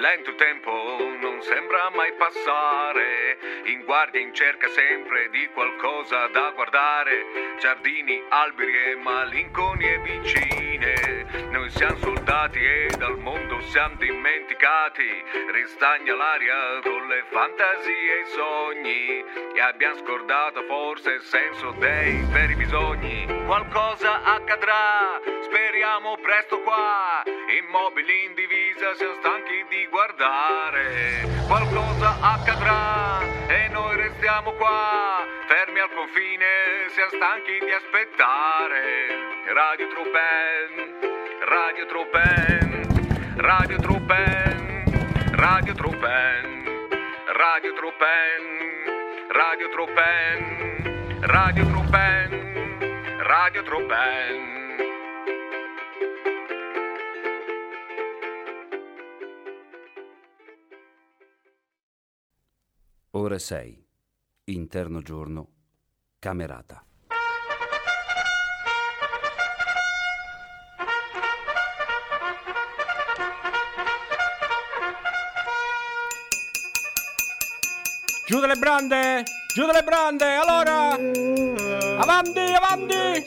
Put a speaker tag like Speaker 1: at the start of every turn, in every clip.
Speaker 1: lento il tempo, non sembra mai passare. In guardia, in cerca sempre di qualcosa da guardare. Giardini, alberi e malinconie vicine. Noi siamo soldati e dal mondo siamo dimenticati. Ristagna l'aria con le fantasie e i sogni. E abbiamo scordato forse il senso dei veri bisogni. Qualcosa accadrà, speriamo presto qua. Immobili in divisa, siamo stanchi di guardare. Qualcosa accadrà e noi restiamo qua. Fermi al confine, siamo stanchi di aspettare. Radio Truppen, Radio Truppen, Radio Truppen, Radio Truppen, Radio Truppen, Radio Truppen, Radio Truppen, Radio Truppen.
Speaker 2: Ore 6. Interno giorno. Camerata.
Speaker 3: Giù dalle brande! Giù dalle brande! Allora! Avanti, avanti!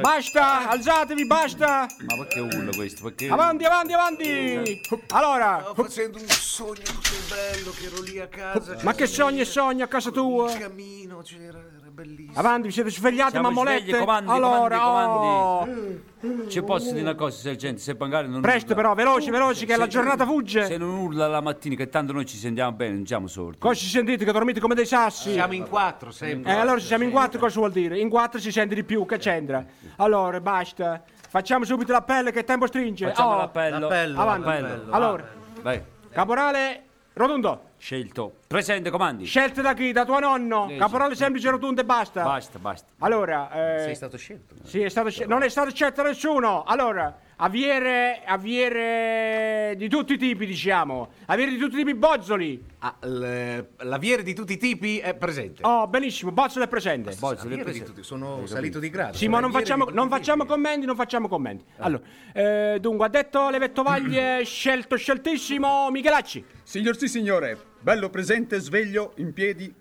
Speaker 3: Basta! Alzatevi, basta!
Speaker 4: Ma perché urla questo? Perché...
Speaker 3: Avanti, avanti, avanti! Allora!
Speaker 5: Stavo facendo un sogno così bello che ero lì a casa.
Speaker 3: Ma che sogno e sogno a casa tua?
Speaker 5: Il camino c'era, era bellissimo.
Speaker 3: Avanti, vi siete svegliati,
Speaker 4: Siamo
Speaker 3: mammolette?
Speaker 4: svegli, comandi,
Speaker 3: allora,
Speaker 4: comandi,
Speaker 3: oh.
Speaker 4: Ci posso dire una cosa, sergente, se magari non
Speaker 3: Presto
Speaker 4: urla-
Speaker 3: però, veloci, veloci, che la giornata
Speaker 4: Se
Speaker 3: fugge!
Speaker 4: non urla la mattina, che tanto noi ci sentiamo bene, non siamo sordi.
Speaker 3: Cosa ci sentite? Che dormite come dei sassi?
Speaker 6: Siamo in quattro sempre.
Speaker 3: Eh, allora se siamo in quattro cosa vuol dire? In quattro si sente di più, che c'entra? Allora, basta. Facciamo subito l'appello che il tempo stringe.
Speaker 4: Facciamo
Speaker 3: Oh,
Speaker 4: l'appello.
Speaker 6: L'appello,
Speaker 3: Avanti.
Speaker 4: l'appello.
Speaker 3: Allora,
Speaker 4: Vai,
Speaker 3: caporale Rotundo,
Speaker 4: scelto. Presente, comandi.
Speaker 3: scelta da chi? Da tuo nonno? Caporale semplice Rotundo e basta.
Speaker 4: basta, basta.
Speaker 3: Allora, eh,
Speaker 6: Sei stato scelto.
Speaker 3: sì, è stato scel- non è stato scelto nessuno. Allora, avviere, avviere di tutti i tipi, diciamo. Avviere di tutti i tipi, Bozzoli.
Speaker 6: Ah, l- l'aviere di tutti i tipi è presente.
Speaker 3: Oh, benissimo, Bozzoli è presente.
Speaker 6: L'aviere
Speaker 4: Bozzo, le
Speaker 6: Boh, di
Speaker 4: presente.
Speaker 6: tutti, sono salito di grado.
Speaker 3: Sì, ma non
Speaker 6: L'aviere
Speaker 3: facciamo,
Speaker 6: di
Speaker 3: non
Speaker 6: tutti i
Speaker 3: facciamo
Speaker 6: tipi.
Speaker 3: commenti, non facciamo commenti. Allora, eh, dunque, ha detto le vettovaglie, scelto, sceltissimo, Michelacci.
Speaker 7: Signor sì, signore, bello presente, sveglio, in piedi.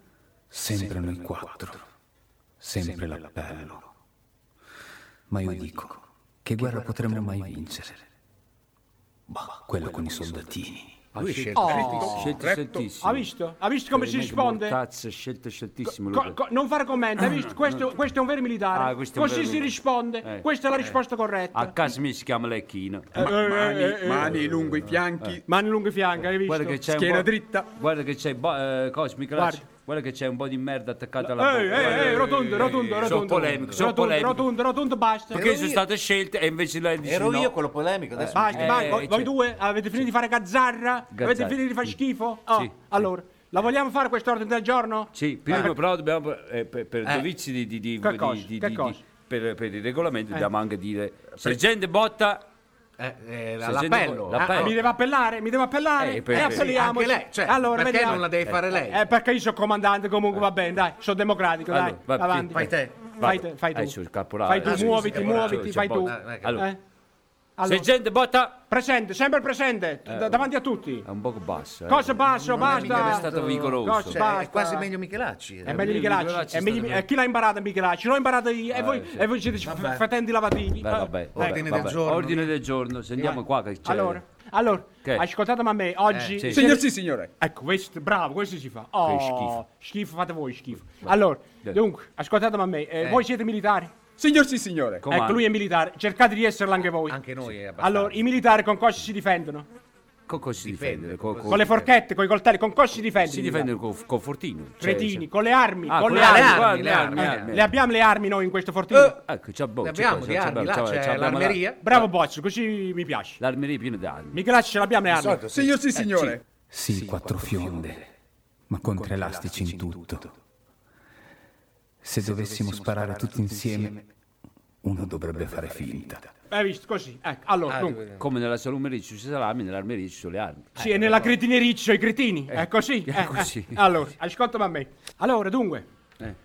Speaker 8: Sempre noi quattro, sempre l'appello. Ma io dico, che guerra potremmo mai vincere? Bah, quella con i soldatini.
Speaker 6: Ah,
Speaker 4: Lui è scelto.
Speaker 3: Oh,
Speaker 4: Scelto, sceltissimo.
Speaker 3: ha visto? Ha visto come si
Speaker 4: Veramente
Speaker 3: risponde?
Speaker 4: Mortazza, scelto, sceltissimo.
Speaker 3: Co-
Speaker 4: lui.
Speaker 3: co- non fare commenti, hai visto? Questo, questo è un vero militare.
Speaker 4: Ah, questo è un
Speaker 3: Così
Speaker 4: vero
Speaker 3: si
Speaker 4: militare.
Speaker 3: risponde.
Speaker 4: Eh. Ah.
Speaker 3: Questa è la risposta
Speaker 4: A
Speaker 3: corretta.
Speaker 4: casa mia si chiama Lecchino.
Speaker 9: Eh,
Speaker 7: Mani, mani lungo i fianchi,
Speaker 3: Mani lungo i fianchi, hai visto?
Speaker 4: Guarda che c'è
Speaker 7: schiena
Speaker 4: un po'...
Speaker 7: dritta.
Speaker 4: Guarda che c'è... bo- eh, Cosmic Rush.
Speaker 3: Guarda.
Speaker 4: Guarda che c'è un po' di merda attaccata alla
Speaker 3: Ehi,
Speaker 4: bocca.
Speaker 3: ehi, ehi, rotondo, rotondo,
Speaker 4: sono
Speaker 3: rotondo.
Speaker 4: polemico, sono
Speaker 3: rotondo,
Speaker 4: polemico.
Speaker 3: rotondo, rotondo, basta.
Speaker 4: Perché sono
Speaker 6: io.
Speaker 4: state scelte e invece lei dice
Speaker 6: Ero
Speaker 4: no.
Speaker 6: io quello polemico, adesso
Speaker 3: Basta,
Speaker 4: Eh,
Speaker 3: basta. Voi,
Speaker 4: cioè-
Speaker 3: voi due avete finito di fare gazzarra? Avete
Speaker 4: Gazzarra. Mm.
Speaker 3: finito di fare schifo? Oh,
Speaker 4: Sì.
Speaker 3: Allora, la vogliamo fare quest'ordine del giorno?
Speaker 4: Sì, prima però dobbiamo, eh, per, per dovizia di, di, di,
Speaker 3: Che
Speaker 4: di-
Speaker 3: cosa?
Speaker 4: di-
Speaker 3: Che
Speaker 4: di-
Speaker 3: cosa? Eh.
Speaker 4: per, per il regolamento dobbiamo anche dire sergente Botta
Speaker 6: Eh, eh,
Speaker 4: Se
Speaker 6: l'appello.
Speaker 4: sento- l'appello.
Speaker 6: Ah,
Speaker 3: Mi deve appellare, mi deve appellare.
Speaker 4: Eh, per-
Speaker 3: e
Speaker 4: per-
Speaker 3: appelliamo.
Speaker 6: anche lei, cioè,
Speaker 3: allora,
Speaker 6: perché
Speaker 3: vediamo.
Speaker 6: non la devi fare lei?
Speaker 3: Eh, perché io sono comandante, comunque va bene, dai, sono democratico,
Speaker 4: Eh. Allora,
Speaker 3: dai.
Speaker 4: va-
Speaker 3: avanti.
Speaker 6: Fai te.
Speaker 3: Fai
Speaker 4: Vado.
Speaker 3: te, fai tu.
Speaker 4: Eh, sul caporale.
Speaker 3: Fai tu,
Speaker 4: Ah, sul
Speaker 3: muoviti,
Speaker 4: caporale.
Speaker 3: muoviti,
Speaker 4: Sul
Speaker 3: fai tu. Eh,
Speaker 4: caporale. Allora.
Speaker 3: allora.
Speaker 4: sergente Botta
Speaker 3: Presente, sempre
Speaker 4: Eh,
Speaker 3: presente, d- davanti a tutti.
Speaker 4: è un poco basso eh.
Speaker 3: Cosa basso,
Speaker 4: è
Speaker 3: basta.
Speaker 4: stato vigoroso
Speaker 3: Cosa-
Speaker 6: cioè,
Speaker 3: basta.
Speaker 6: è quasi meglio Michelacci.
Speaker 3: È meglio
Speaker 4: Eh,
Speaker 3: Michelacci.
Speaker 4: Michelacci
Speaker 3: È meglio-
Speaker 4: sta-
Speaker 3: eh, chi l'ha imparato Michelacci? L'ho imparato io. E voi,
Speaker 4: Eh, sì.
Speaker 3: e voi siete f- fratelli Eh, lavatini.
Speaker 4: Beh, vabbè, certo. vabbè,
Speaker 6: Eh, ordine
Speaker 4: vabbè.
Speaker 6: del giorno.
Speaker 4: ordine del giorno sentiamo qua che c'è
Speaker 3: ecco. Allora, allora
Speaker 4: Che? Eh,
Speaker 3: ascoltatemi a me, oggi...
Speaker 4: sì.
Speaker 3: siete-
Speaker 7: Signor sì, signore.
Speaker 3: Ecco, questo, bravo, questo si fa. Oh,
Speaker 4: Che schifo.
Speaker 3: schifo, fate voi schifo. Allora, dunque, ascoltatemi a me, eh, voi siete militari?
Speaker 7: Signor sì, signore.
Speaker 4: Comandi.
Speaker 3: Ecco, lui è militare, cercate di esserlo anche voi.
Speaker 6: Anche noi è abbastanza.
Speaker 3: Allora, i militari con cosa si difendono?
Speaker 4: con cosa si difende con,
Speaker 3: Con le forchette, con i coltelli, con cosa si difendono?
Speaker 4: si
Speaker 3: i
Speaker 4: difende
Speaker 3: militari?
Speaker 4: con, con Fortino cioè,
Speaker 3: Cretini,
Speaker 4: cioè-
Speaker 3: con le armi,
Speaker 4: Ah,
Speaker 3: con le
Speaker 6: le
Speaker 3: armi.
Speaker 6: armi,
Speaker 4: guarda,
Speaker 6: le armi,
Speaker 4: le
Speaker 3: Eh,
Speaker 4: armi
Speaker 3: le abbiamo le armi noi in questo fortino?
Speaker 4: ecco c'è boh,
Speaker 6: Ne
Speaker 4: c'è
Speaker 6: abbiamo
Speaker 4: cosa,
Speaker 6: di
Speaker 4: c'è
Speaker 6: armi,
Speaker 4: bello,
Speaker 6: là
Speaker 4: c'è-
Speaker 6: c'è
Speaker 4: c'è bello,
Speaker 6: l'armeria.
Speaker 3: Bravo Bozzo, così mi piace.
Speaker 4: l'armeria è piena di armi
Speaker 3: Michelacci ce l'abbiamo le armi.
Speaker 7: Signor
Speaker 9: Eh,
Speaker 7: sì, signore.
Speaker 8: Sì, quattro fionde, ma con tre elastici in tutto. Se dovessimo sparare tutti insieme, uno dovrebbe fare finta.
Speaker 3: Hai visto, così. Ecco, allora,
Speaker 6: Ah,
Speaker 3: dunque.
Speaker 4: come nella salumeria ci sono i salami nell'armeria ci sono le armi
Speaker 3: Sì, e nella cretinericcia i cretini. È così. eh, eh.
Speaker 4: così.
Speaker 3: Allora, ascoltami a me. Allora, dunque,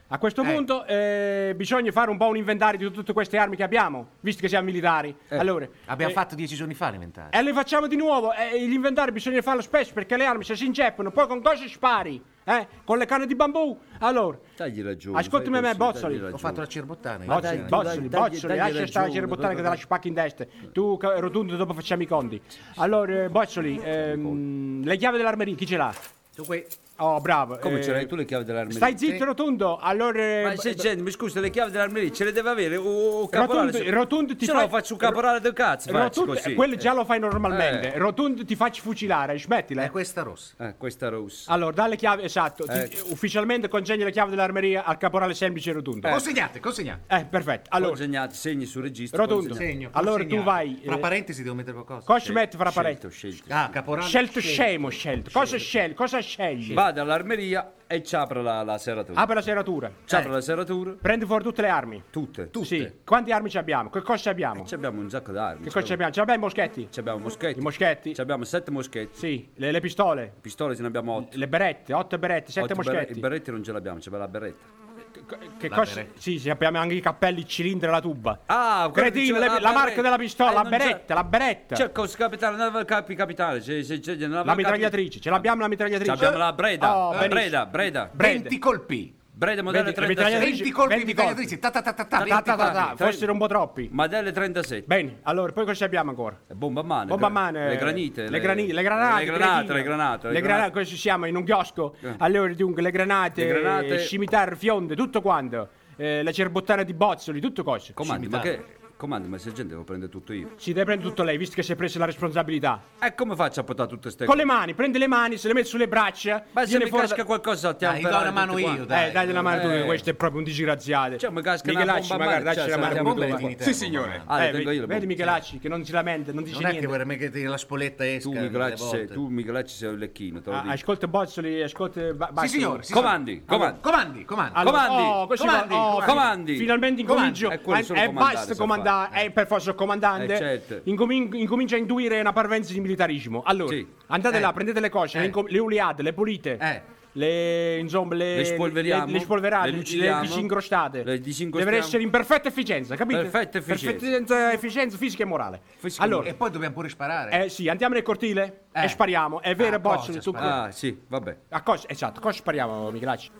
Speaker 3: A questo punto eh, bisogna fare un po' un inventario di tutte queste armi che abbiamo, visto che siamo militari. Allora,
Speaker 6: Abbiamo
Speaker 3: eh,
Speaker 6: fatto dieci giorni fa l'inventario.
Speaker 3: E le facciamo di nuovo. Eh, l'inventario bisogna farlo spesso perché le armi se si inceppano, poi con cosa spari? Eh? Con le canne di bambù? Allora,
Speaker 4: Tagli ragione.
Speaker 3: Ascoltami
Speaker 4: fai
Speaker 3: me,
Speaker 4: questo,
Speaker 3: Bozzoli.
Speaker 4: tagli
Speaker 6: Ho
Speaker 4: ragione.
Speaker 6: fatto la cerbottana.
Speaker 4: Ma
Speaker 6: io.
Speaker 4: dai,
Speaker 3: Bozzoli,
Speaker 4: dai,
Speaker 3: Bozzoli, Bozzoli,
Speaker 4: tagli- tagli
Speaker 3: lascia
Speaker 4: ragione,
Speaker 3: stare la bottana
Speaker 4: dai,
Speaker 3: che te
Speaker 4: dai.
Speaker 3: la spacchi in destra. Tu, ca- rotundo, dopo facciamo i conti. Allora, eh, Bozzoli, ehm, le chiavi dell'armeria, chi ce l'ha?
Speaker 6: Tu qui.
Speaker 3: Oh, bravo.
Speaker 4: Come
Speaker 3: eh,
Speaker 4: ce l'hai tu le chiavi dell'armeria?
Speaker 3: Stai zitto, rotundo. Allora, eh,
Speaker 4: Ma se gente, mi scusa, le chiavi dell'armeria ce le deve avere o o caporale?
Speaker 3: rotundo,
Speaker 4: se-
Speaker 3: rotundo ti
Speaker 4: se
Speaker 3: fai-
Speaker 4: no faccio un caporale del cazzo, faccio
Speaker 3: Rotundo,
Speaker 4: così.
Speaker 3: eh, quello già lo fai normalmente.
Speaker 4: Eh.
Speaker 3: Rotundo, ti faccio fucilare, smettila.
Speaker 6: È questa rossa.
Speaker 4: Eh, questa rossa.
Speaker 3: Allora, dalle chiavi, esatto. ti-
Speaker 4: Ecco.
Speaker 3: ufficialmente congegni le chiavi dell'armeria al caporale semplice rotundo. Eh,
Speaker 6: Consegnate, consegnate.
Speaker 3: perfetto.
Speaker 4: Allora,
Speaker 3: Allora,
Speaker 4: segni sul registro.
Speaker 3: rotundo.
Speaker 4: consegna-
Speaker 6: Segno,
Speaker 3: allora tu
Speaker 6: consegnate.
Speaker 3: vai.
Speaker 6: Fra
Speaker 3: eh,
Speaker 6: parentesi devo mettere qualcosa.
Speaker 3: cosa ci metti fra pareti?
Speaker 4: Scelto, scelto.
Speaker 6: Ah, caporale.
Speaker 3: Scelto scemo, scelto. Cosa scegli? Cosa scegli?
Speaker 4: Vado all'armeria e ci apro la, la serratura.
Speaker 3: Apri la serratura. Eh,
Speaker 4: Ci apro la serratura,
Speaker 3: Prendi fuori tutte le armi.
Speaker 4: tutte.
Speaker 3: Sì. Quante armi ci abbiamo? Che cosa ci abbiamo?
Speaker 4: Ci abbiamo un sacco d'armi.
Speaker 3: Che cosa ci abbiamo? Ci abbiamo i moschetti?
Speaker 4: Ci abbiamo moschetti.
Speaker 3: I moschetti?
Speaker 4: Ci abbiamo sette moschetti.
Speaker 3: Sì. Le, le pistole?
Speaker 4: Pistole ce ne abbiamo otto.
Speaker 3: Le berette? Otto berette? Sette
Speaker 4: Otto berre-
Speaker 3: moschetti?
Speaker 4: I berretti non ce l'abbiamo, c'è la berretta.
Speaker 3: Che- Che cosa? Sì, sì, abbiamo anche i cappelli, il cilindro e la tuba.
Speaker 4: Ah, quello che
Speaker 3: Cretino,
Speaker 4: diceva-
Speaker 3: le-
Speaker 4: ah,
Speaker 3: la
Speaker 4: berretta.
Speaker 3: marca della pistola,
Speaker 4: Eh,
Speaker 3: la
Speaker 4: non c'è-
Speaker 3: beretta, la beretta.
Speaker 4: C'è il cos- capitano, non aveva capi capitale. C'è, c'è, c'è, non aveva
Speaker 3: Certo. La
Speaker 4: capi-
Speaker 3: mitragliatrice, ce l'abbiamo la
Speaker 4: Ci
Speaker 3: mitragliatrice.
Speaker 4: abbiamo la Breda.
Speaker 3: Oh, benissimo.
Speaker 4: Breda, Breda.
Speaker 3: Breda.
Speaker 6: 20 colpi.
Speaker 4: Breda modello
Speaker 3: Vedi, la
Speaker 4: 36.
Speaker 3: mitragliatrice-
Speaker 6: 20 colpi
Speaker 3: 20
Speaker 6: di tagliatrice. Ta ta ta
Speaker 3: Ta,
Speaker 6: ta ta.
Speaker 3: ta, ta,
Speaker 6: 20
Speaker 3: ta, ta,
Speaker 6: colpi.
Speaker 3: fossero un po' troppi.
Speaker 4: Modelle 37.
Speaker 3: Bene, allora, poi cosa abbiamo ancora?
Speaker 4: Bomba a mano.
Speaker 3: Bomba a
Speaker 4: gra-
Speaker 3: mano,
Speaker 4: Le
Speaker 3: eh,
Speaker 4: granite.
Speaker 3: le, grani- le granate,
Speaker 4: Le granate,
Speaker 3: cretino.
Speaker 4: le granate. Eh.
Speaker 3: Le granate, questo siamo in un chiosco. Allora, dunque, le granate,
Speaker 4: Le granate-
Speaker 3: eh, scimitar, fionde, tutto quanto. Eh, la cerbottana di Bozzoli, tutto cose.
Speaker 4: Comandi, ma che... Comandi, ma se gente devo prendere tutto io.
Speaker 3: Si deve prendere tutto lei, visto che si è presa la responsabilità.
Speaker 4: E come faccio a portare tutte ste
Speaker 3: Con le mani, prende le mani, se le mette sulle braccia.
Speaker 4: Ma se
Speaker 3: viene
Speaker 4: mi
Speaker 3: fuori
Speaker 4: casca
Speaker 3: da-
Speaker 4: qualcosa ti
Speaker 6: Dai, do
Speaker 4: amperare
Speaker 6: la mano
Speaker 4: tutti
Speaker 6: io,
Speaker 4: quanti.
Speaker 6: dai.
Speaker 3: Eh, dagli la mano tu,
Speaker 4: Eh.
Speaker 3: che questo è proprio un disgraziato.
Speaker 4: Cioè, mi casca una
Speaker 3: Michelacci,
Speaker 4: bomba a
Speaker 3: magari,
Speaker 4: mano,
Speaker 3: dacci la
Speaker 4: cioè, se
Speaker 6: La
Speaker 3: mano
Speaker 4: andiamo
Speaker 3: tu.
Speaker 6: bomba è
Speaker 4: due.
Speaker 3: eh.
Speaker 6: finita.
Speaker 7: Sì, signore.
Speaker 4: Ah, le
Speaker 3: Eh,
Speaker 4: tengo io
Speaker 3: vedi
Speaker 4: le bombe.
Speaker 3: Michelacci che non si lamenta, non dice
Speaker 6: Non è che
Speaker 3: niente.
Speaker 6: vorrei che la spoletta esca.
Speaker 4: Tu
Speaker 6: delle
Speaker 4: Michelacci sei,
Speaker 6: volte.
Speaker 4: tu Michelacci sei un lecchino, te lo
Speaker 3: Ah,
Speaker 4: dico.
Speaker 3: ascolta Bozzoli, ascolta Ba-
Speaker 6: Sì,
Speaker 3: Bazzoli.
Speaker 6: signore. sì,
Speaker 4: Comandi,
Speaker 6: signore.
Speaker 4: comandi.
Speaker 6: Comandi, comandi.
Speaker 3: Allora,
Speaker 4: Comandi,
Speaker 3: oh, questo
Speaker 6: comandi,
Speaker 3: va- oh,
Speaker 6: comandi.
Speaker 4: Comandi.
Speaker 3: Finalmente incomincio.
Speaker 4: Comandi. Eh, quelli sono
Speaker 3: Eh,
Speaker 4: comandare,
Speaker 3: basta
Speaker 4: so
Speaker 3: comandare, eh, per forza comandante.
Speaker 4: Eh, certo.
Speaker 3: Incomin- incomincia a intuire una parvenza di militarismo. Allora,
Speaker 4: Sì.
Speaker 3: andate
Speaker 6: Eh.
Speaker 3: là, prendete le cose, le,
Speaker 6: Eh.
Speaker 3: inco- le uliate, le pulite.
Speaker 6: Eh.
Speaker 3: Le, insomma, le,
Speaker 4: Le spolveriamo,
Speaker 3: le, le spolverate,
Speaker 4: le
Speaker 3: le,
Speaker 4: lucidiamo,
Speaker 3: disingrostate.
Speaker 4: le disingrostiamo.
Speaker 3: Deve essere in perfetta efficienza, capite?
Speaker 4: Perfetta efficienza.
Speaker 3: Perfetta efficienza fisica e morale.
Speaker 4: Fisica e
Speaker 3: allora,
Speaker 6: E poi dobbiamo pure sparare.
Speaker 3: eh, sì, andiamo nel cortile
Speaker 6: Eh.
Speaker 3: e spariamo. È vero,
Speaker 6: Ah,
Speaker 3: Bozzoli,
Speaker 6: cosa
Speaker 3: tu-
Speaker 6: spariamo?
Speaker 4: Ah, sì, vabbè.
Speaker 3: A cosa, esatto, cosa spariamo, Michelacci?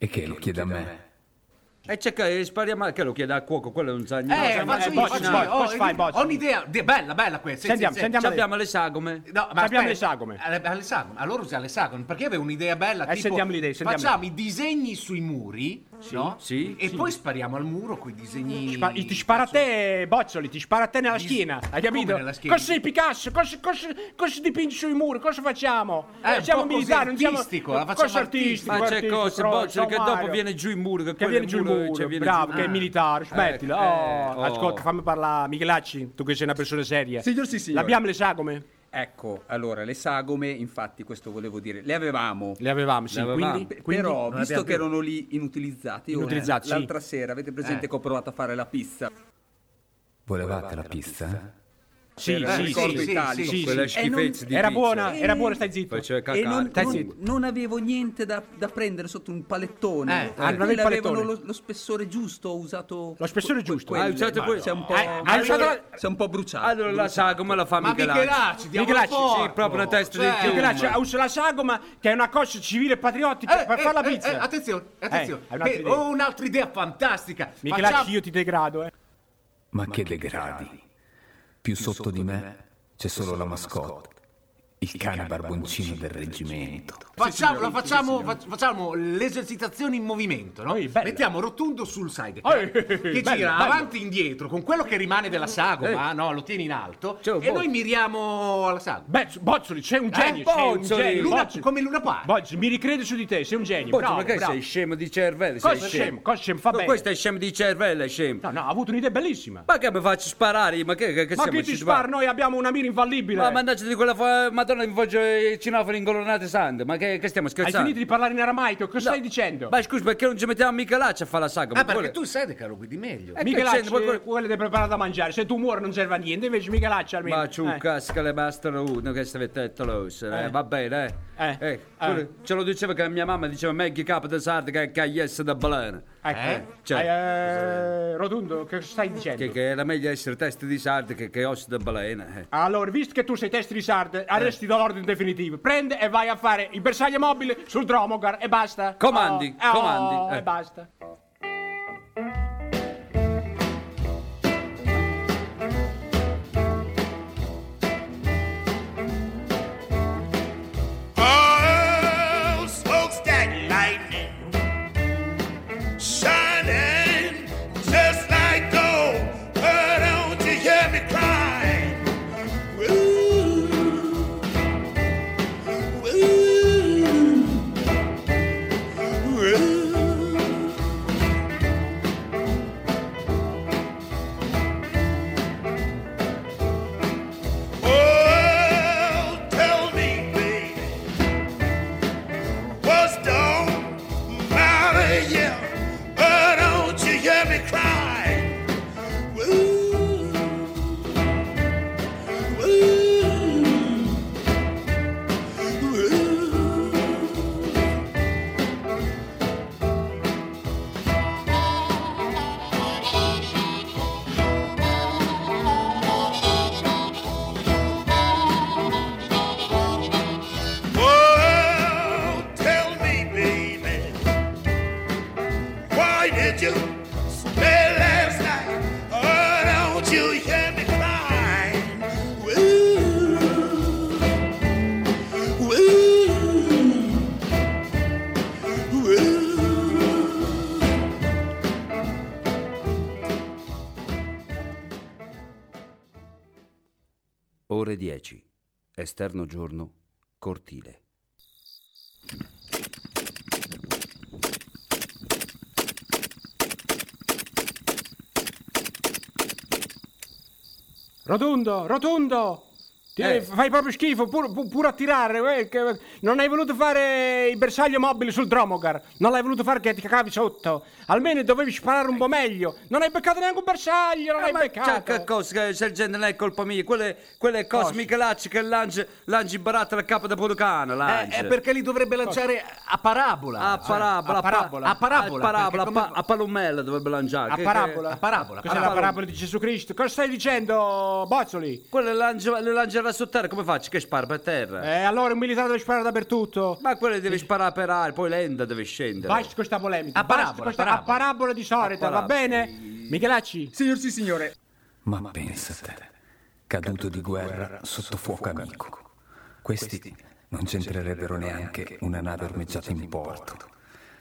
Speaker 8: E che lo chiede a me.
Speaker 4: E c'è che spariamo, che lo chiede al cuoco, quello non sa
Speaker 6: Eh,
Speaker 4: niente.
Speaker 3: no,
Speaker 6: faccio
Speaker 3: eh,
Speaker 6: io,
Speaker 3: bocci,
Speaker 6: faccio
Speaker 3: bocci,
Speaker 6: io. Oh,
Speaker 3: bocci, fai, bocci.
Speaker 6: Ho un'idea. di- Bella, bella questa. Sì,
Speaker 3: Sentiamo,
Speaker 6: sì, sì.
Speaker 3: sentiamo.
Speaker 4: Ci abbiamo le sagome.
Speaker 6: No, ma
Speaker 3: Sappiamo
Speaker 6: aspetta.
Speaker 3: le sagome.
Speaker 6: Alle- alle sagome. Allora usiamo le sagome, perché avevo un'idea bella,
Speaker 3: Eh,
Speaker 6: tipo
Speaker 3: sentiamo l'idea, sentiamo
Speaker 6: facciamo i disegni sui muri, no?
Speaker 4: sì,
Speaker 6: E
Speaker 4: sì.
Speaker 6: poi spariamo al muro con i disegni.
Speaker 3: Spa- ti spara a te, Bozzoli, ti spara a te nella schiena, hai capito?
Speaker 6: nella schiena?
Speaker 3: Cosa sei Picasso? Cosa, cosa, cosa dipingi sui muri? Cosa facciamo?
Speaker 6: Eh,
Speaker 3: Non siamo
Speaker 6: un po'
Speaker 3: militari, non
Speaker 6: così
Speaker 3: siamo...
Speaker 6: artistico, la facciamo
Speaker 3: cosa artistico,
Speaker 4: Ma c'è
Speaker 3: artistico,
Speaker 4: cosa,
Speaker 3: Croce,
Speaker 4: Bozzoli, che
Speaker 3: Mario.
Speaker 4: dopo viene giù il muro. Che,
Speaker 3: Che
Speaker 4: quello
Speaker 3: viene
Speaker 4: il
Speaker 3: giù il muro,
Speaker 4: cioè, viene
Speaker 3: bravo,
Speaker 4: giù-
Speaker 3: che è militare, smettila.
Speaker 4: ecco,
Speaker 3: oh,
Speaker 4: eh, oh.
Speaker 3: Ascolta, fammi parlare, Michelacci, tu che sei una persona seria.
Speaker 7: Signor sì, signore.
Speaker 3: L'abbiamo le sagome?
Speaker 9: Ecco, allora, le sagome, infatti, questo volevo dire, le avevamo.
Speaker 3: Le avevamo, sì,
Speaker 4: Le avevamo.
Speaker 3: quindi...
Speaker 9: Pe- Però,
Speaker 6: non
Speaker 9: visto
Speaker 6: abbiamo
Speaker 9: che
Speaker 6: più.
Speaker 9: erano lì inutilizzate, io
Speaker 3: Inutilizzate, sì. Eh,
Speaker 9: l'altra sera avete presente
Speaker 6: Eh.
Speaker 9: che ho provato a fare la pizza.
Speaker 8: Volevate la pizza?
Speaker 3: Sì,
Speaker 9: Era
Speaker 3: sì,
Speaker 9: il
Speaker 3: sì,
Speaker 9: ricordo
Speaker 3: sì,
Speaker 9: italico.
Speaker 3: sì,
Speaker 4: Quelle
Speaker 3: sì.
Speaker 4: schifezze di
Speaker 3: Era
Speaker 4: pizza.
Speaker 3: buona, era buona, stai zitto.
Speaker 4: Faceva
Speaker 9: E non,
Speaker 4: cacare.
Speaker 3: Stai
Speaker 9: non-
Speaker 3: zitto.
Speaker 9: non avevo niente da, da prendere sotto un palettone.
Speaker 6: Eh,
Speaker 3: ah, non avevi il
Speaker 9: Quelle avevano
Speaker 3: palettone.
Speaker 9: lo, lo spessore giusto, ho usato...
Speaker 3: Lo spessore giusto?
Speaker 9: quelle.
Speaker 4: Ah, usate
Speaker 7: Eh,
Speaker 4: quello.
Speaker 9: Si è un po',
Speaker 3: Hai- Eh, hai usato la-
Speaker 9: si è un po' bruciato.
Speaker 4: Allora la sagoma la fa
Speaker 6: Ma
Speaker 4: Michelacci.
Speaker 6: Michelacci, diamo
Speaker 3: Michelacci,
Speaker 6: il porco.
Speaker 4: Sì, proprio una testa di
Speaker 6: Cioè,
Speaker 4: chiuma.
Speaker 3: Michelacci usa la sagoma, che è una cosa civile e patriottica,
Speaker 6: Eh,
Speaker 3: per
Speaker 6: eh,
Speaker 3: cioè, fare la
Speaker 6: eh,
Speaker 3: pizza.
Speaker 6: eh, attenzione, attenzione.
Speaker 3: hai un'altra
Speaker 6: Eh,
Speaker 3: idea.
Speaker 6: ho un'altra idea fantastica.
Speaker 3: Michelacci,
Speaker 6: Facciamo-
Speaker 3: io ti degrado, eh.
Speaker 8: Ma, che degradi. Più sotto di me c'è solo la mascotte, il cane barboncino del reggimento.
Speaker 6: Facciamo, la facciamo, fac- facciamo l'esercitazione in movimento, no?
Speaker 3: Oi, bella.
Speaker 6: Mettiamo rotondo sul side
Speaker 3: Oi,
Speaker 6: che
Speaker 3: bello,
Speaker 6: gira
Speaker 3: bello.
Speaker 6: avanti e indietro con quello che rimane della
Speaker 3: Eh.
Speaker 6: sagoma, no? Lo tieni in alto
Speaker 4: C'è un
Speaker 6: e
Speaker 4: po'.
Speaker 6: noi miriamo alla sagoma.
Speaker 3: Beh, Bozzoli, sei un genio,
Speaker 6: Eh,
Speaker 3: sei un
Speaker 4: Bozzoli,
Speaker 3: genio.
Speaker 6: Luna-
Speaker 3: Bozzoli.
Speaker 6: come Luna Park.
Speaker 3: Bozzoli, mi ricredo su di te, sei un genio.
Speaker 4: Bozzoli,
Speaker 3: bravo,
Speaker 4: ma che
Speaker 3: bravo.
Speaker 4: sei scemo di cervello?
Speaker 3: Cosa
Speaker 4: sei
Speaker 3: scemo, cosa scemo, fa
Speaker 4: No,
Speaker 3: bene.
Speaker 4: Questo è scemo di cervello, è scemo.
Speaker 3: No, no, ha avuto un'idea bellissima.
Speaker 4: Ma che mi faccio sparare? io? Ma che, che, che
Speaker 3: Ma
Speaker 4: siamo?
Speaker 3: chi ti
Speaker 4: ci
Speaker 3: spara?
Speaker 4: sbagli-
Speaker 3: Noi abbiamo una mira infallibile.
Speaker 4: Ma mannaggia di quella fa- Madonna, mi faccio i cinofoni ingolornate sante. Ma che, che stiamo
Speaker 3: Hai
Speaker 4: scherzando?
Speaker 3: finito di parlare in aramaico? Cosa stai
Speaker 4: No.
Speaker 3: dicendo?
Speaker 4: Ma scusa, perché non ci mettiamo mica là a fare la saga?
Speaker 3: Eh,
Speaker 6: Ah,
Speaker 4: Ma
Speaker 6: perché
Speaker 4: quello-
Speaker 6: tu sai, caro Guidi, meglio.
Speaker 4: Eh,
Speaker 3: Michelacci,
Speaker 4: che c'entra? Ma-
Speaker 3: quello ti prepara da mangiare. Se tu muori non serve a niente, invece Michelacci almeno.
Speaker 4: Ma ciù,
Speaker 3: Eh.
Speaker 4: casca le bastano uno che sta vettetta l'ossa, eh.
Speaker 3: Eh.
Speaker 4: va bene, eh.
Speaker 3: Eh.
Speaker 4: Eh, quello- ce lo diceva che mia mamma diceva meglio capo da sarda che cagliesse da balena.
Speaker 3: Ecco.
Speaker 4: Cioè-
Speaker 3: Eh, Rotundo, che stai dicendo?
Speaker 4: Che, che era meglio essere testa di sarda che, che ossa da balena. eh.
Speaker 3: Allora, visto che tu sei testi di Sard, arresti dall'ordine definitivo. Prende e vai a fare il bersaglio mobile sul Dromogar e basta.
Speaker 4: Comandi,
Speaker 3: Oh, oh,
Speaker 4: comandi, eh.
Speaker 3: E basta.
Speaker 10: Oh, smokestack lightning shining just like gold. But don't you hear me crying? Ooh, ooh, ooh. Oh, tell me, baby. What's don't matter, yeah. Oh, don't you hear me cry? Woo. Woo. Woo. Oh, tell me, baby, why did you stay last night? Oh, don't you hear me crying? Woo, woo, woo.
Speaker 2: Ore 10. Esterno giorno, cortile.
Speaker 3: Rotundo, rotundo. Ti
Speaker 4: Eh.
Speaker 3: fai proprio schifo, pur- pu- pure a tirare. eh, che- non hai voluto fare il bersaglio mobile sul Dromogar. Non l'hai voluto fare che ti cacavi sotto. Almeno dovevi sparare un po' meglio. Non hai beccato neanche un bersaglio, non
Speaker 4: Ah,
Speaker 3: hai
Speaker 4: ma c'è
Speaker 3: beccato.
Speaker 4: che cosa, che, sergente, non è colpa mia. Quelle, quelle
Speaker 3: Cosa?
Speaker 4: cose Michelacci che lanci, lanci in barattolo a capo da Podocano, lanci.
Speaker 6: Eh, eh, perché li dovrebbe lanciare a parabola.
Speaker 4: certo. Ah,
Speaker 6: Cioè, Ah,
Speaker 4: A parabola,
Speaker 3: a parabola.
Speaker 6: A parabola,
Speaker 4: a, parabola,
Speaker 6: perché come-
Speaker 4: a pa- a palomella dovrebbe lanciare.
Speaker 3: A
Speaker 4: che-
Speaker 3: parabola.
Speaker 6: a parabola,
Speaker 3: Questa è la
Speaker 6: parabola.
Speaker 3: parabola di Gesù Cristo. Cosa stai dicendo, Bozzoli?
Speaker 4: che- Quello lancia- le lancerà sotterra, come faccio? Che spara per terra?
Speaker 3: Eh, allora un militare deve sparare dappertutto.
Speaker 4: Ma quello deve sparare per aria, poi l'enda deve scendere.
Speaker 3: Basta questa polemica.
Speaker 6: A
Speaker 3: basta
Speaker 6: parabola,
Speaker 3: questa
Speaker 6: parabola.
Speaker 3: a parabola di Soreta,
Speaker 4: A
Speaker 3: va
Speaker 4: parabola.
Speaker 3: bene? Michelacci,
Speaker 7: Signor sì, signore.
Speaker 8: Ma pensa a te, caduto di guerra sotto fuoco amico. Questi non c'entrerebbero neanche una nave ormeggiata in porto.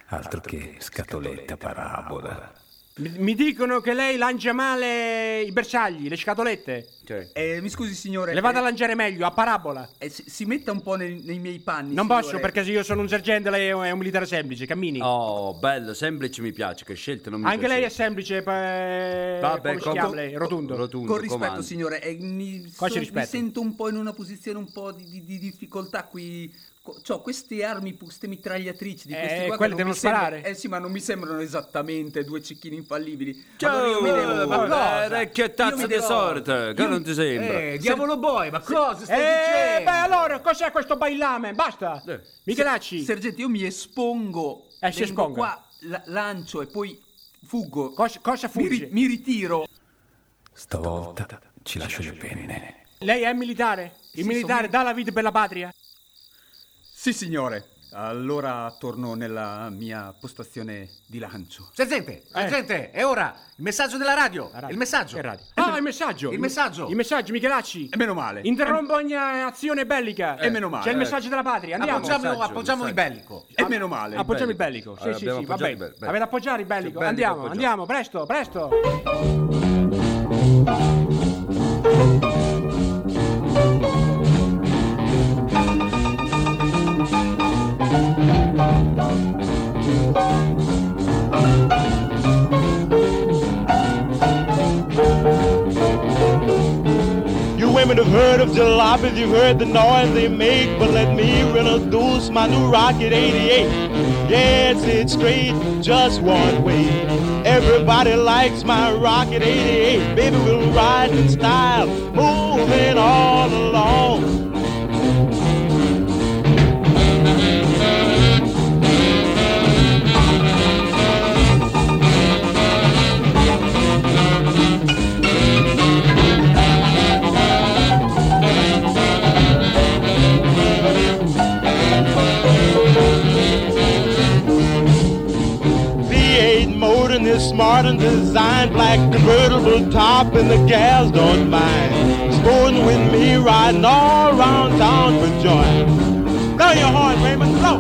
Speaker 8: Altro che scatoletta parabola.
Speaker 3: mi, mi dicono che lei lancia male i bersagli, le scatolette.
Speaker 4: Cioè,
Speaker 7: Eh, mi scusi, signore.
Speaker 3: Le vado a
Speaker 7: eh,
Speaker 3: lanciare meglio, a parabola.
Speaker 7: eh, si, si metta un po' nei, nei miei panni.
Speaker 3: Non
Speaker 7: signore.
Speaker 3: posso perché se io sono un sergente lei è un è un militare semplice, cammini.
Speaker 4: Oh, bello, semplice mi piace, che scelta non mi
Speaker 3: Anche lei è
Speaker 4: piace.
Speaker 3: semplice, eh, come si
Speaker 4: com-
Speaker 3: chiama lei? Rotundo.
Speaker 4: Rotundo,
Speaker 7: Con rispetto,
Speaker 4: comando.
Speaker 7: signore, eh, mi,
Speaker 3: Qua ci
Speaker 7: mi
Speaker 3: rispetto.
Speaker 7: sento un po' in una posizione un po' di, di- di difficoltà qui. Ho queste armi, queste mitragliatrici di
Speaker 3: Eh,
Speaker 7: questi qua che
Speaker 3: quelle
Speaker 7: non
Speaker 3: devono
Speaker 7: mi sembra-
Speaker 3: sparare.
Speaker 7: eh sì, ma non mi sembrano esattamente due cecchini infallibili. Allora
Speaker 4: Ciao,
Speaker 7: io mi devo-
Speaker 4: ma
Speaker 7: Cosa?
Speaker 4: guarda, che
Speaker 7: Io mi
Speaker 4: tazza di
Speaker 7: devo-
Speaker 4: sorte, che non ti sembra?
Speaker 6: Eh, diavolo boy, ma cosa stai
Speaker 3: Eh,
Speaker 6: dicendo?
Speaker 3: beh, allora, cos'è questo bailame? Basta.
Speaker 4: Eh.
Speaker 3: Michelacci,
Speaker 7: Sergente, io mi espongo.
Speaker 3: Eh, si
Speaker 7: vengo
Speaker 3: esponga.
Speaker 7: qua, la- lancio e poi fuggo.
Speaker 3: cosa, cosa
Speaker 7: Mi,
Speaker 3: fugge?
Speaker 7: ri- mi ritiro.
Speaker 8: Stavolta ci lascio le penne.
Speaker 3: Lei è militare? Il militare dà la vita per la patria?
Speaker 7: Sì, signore. Allora torno nella mia postazione di lancio.
Speaker 6: Sergente, sergente, è ora. Il messaggio della radio.
Speaker 3: La radio.
Speaker 6: Il messaggio.
Speaker 3: Che radio? Ah, il messaggio.
Speaker 6: Il messaggio.
Speaker 3: Il messaggio, Michelacci.
Speaker 7: E meno male.
Speaker 3: Interrompo ogni azione bellica.
Speaker 7: Eh, meno male.
Speaker 3: C'è il messaggio della patria. Andiamo.
Speaker 6: Appoggiamo,
Speaker 4: Messaggio,
Speaker 6: appoggiamo il
Speaker 4: messaggio.
Speaker 6: bellico.
Speaker 7: E
Speaker 9: Eh,
Speaker 7: meno male.
Speaker 3: Appoggiamo il bellico. Sì,
Speaker 4: Eh,
Speaker 3: sì,
Speaker 4: abbiamo
Speaker 3: sì, va
Speaker 4: appoggiato
Speaker 3: bene.
Speaker 4: il bellico.
Speaker 3: Avete appoggiato il bellico.
Speaker 4: Sì, bellico
Speaker 3: andiamo,
Speaker 4: appoggiato.
Speaker 3: andiamo, presto, presto.
Speaker 10: You were
Speaker 11: women have heard of jalopies, you've heard the noise they make, but let me introduce my new Rocket 88. Yes, it's straight, just one way. Everybody likes my Rocket 88. Baby, we'll ride in style, moving all along. V8 motor and is smart and designed black convertible top and the gals don't mind. Sporting with me riding all around town for joy. Blow your horn, Raymond, blow.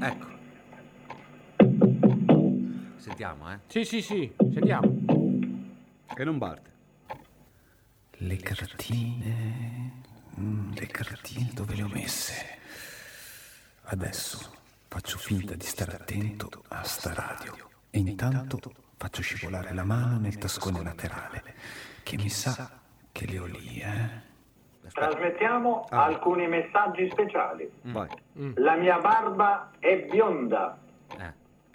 Speaker 4: Ecco. Sentiamo, eh.
Speaker 3: Sì, sì, sì, sentiamo.
Speaker 4: Che non parte.
Speaker 8: Le cartine. mm, Le cartine dove le ho messe? Adesso faccio finta di stare attento a sta radio e intanto faccio scivolare la mano nel tascone laterale, che mi sa che le ho lì, eh?
Speaker 12: Trasmettiamo alcuni messaggi speciali.
Speaker 4: Mm. Vai.
Speaker 12: La mia barba è bionda.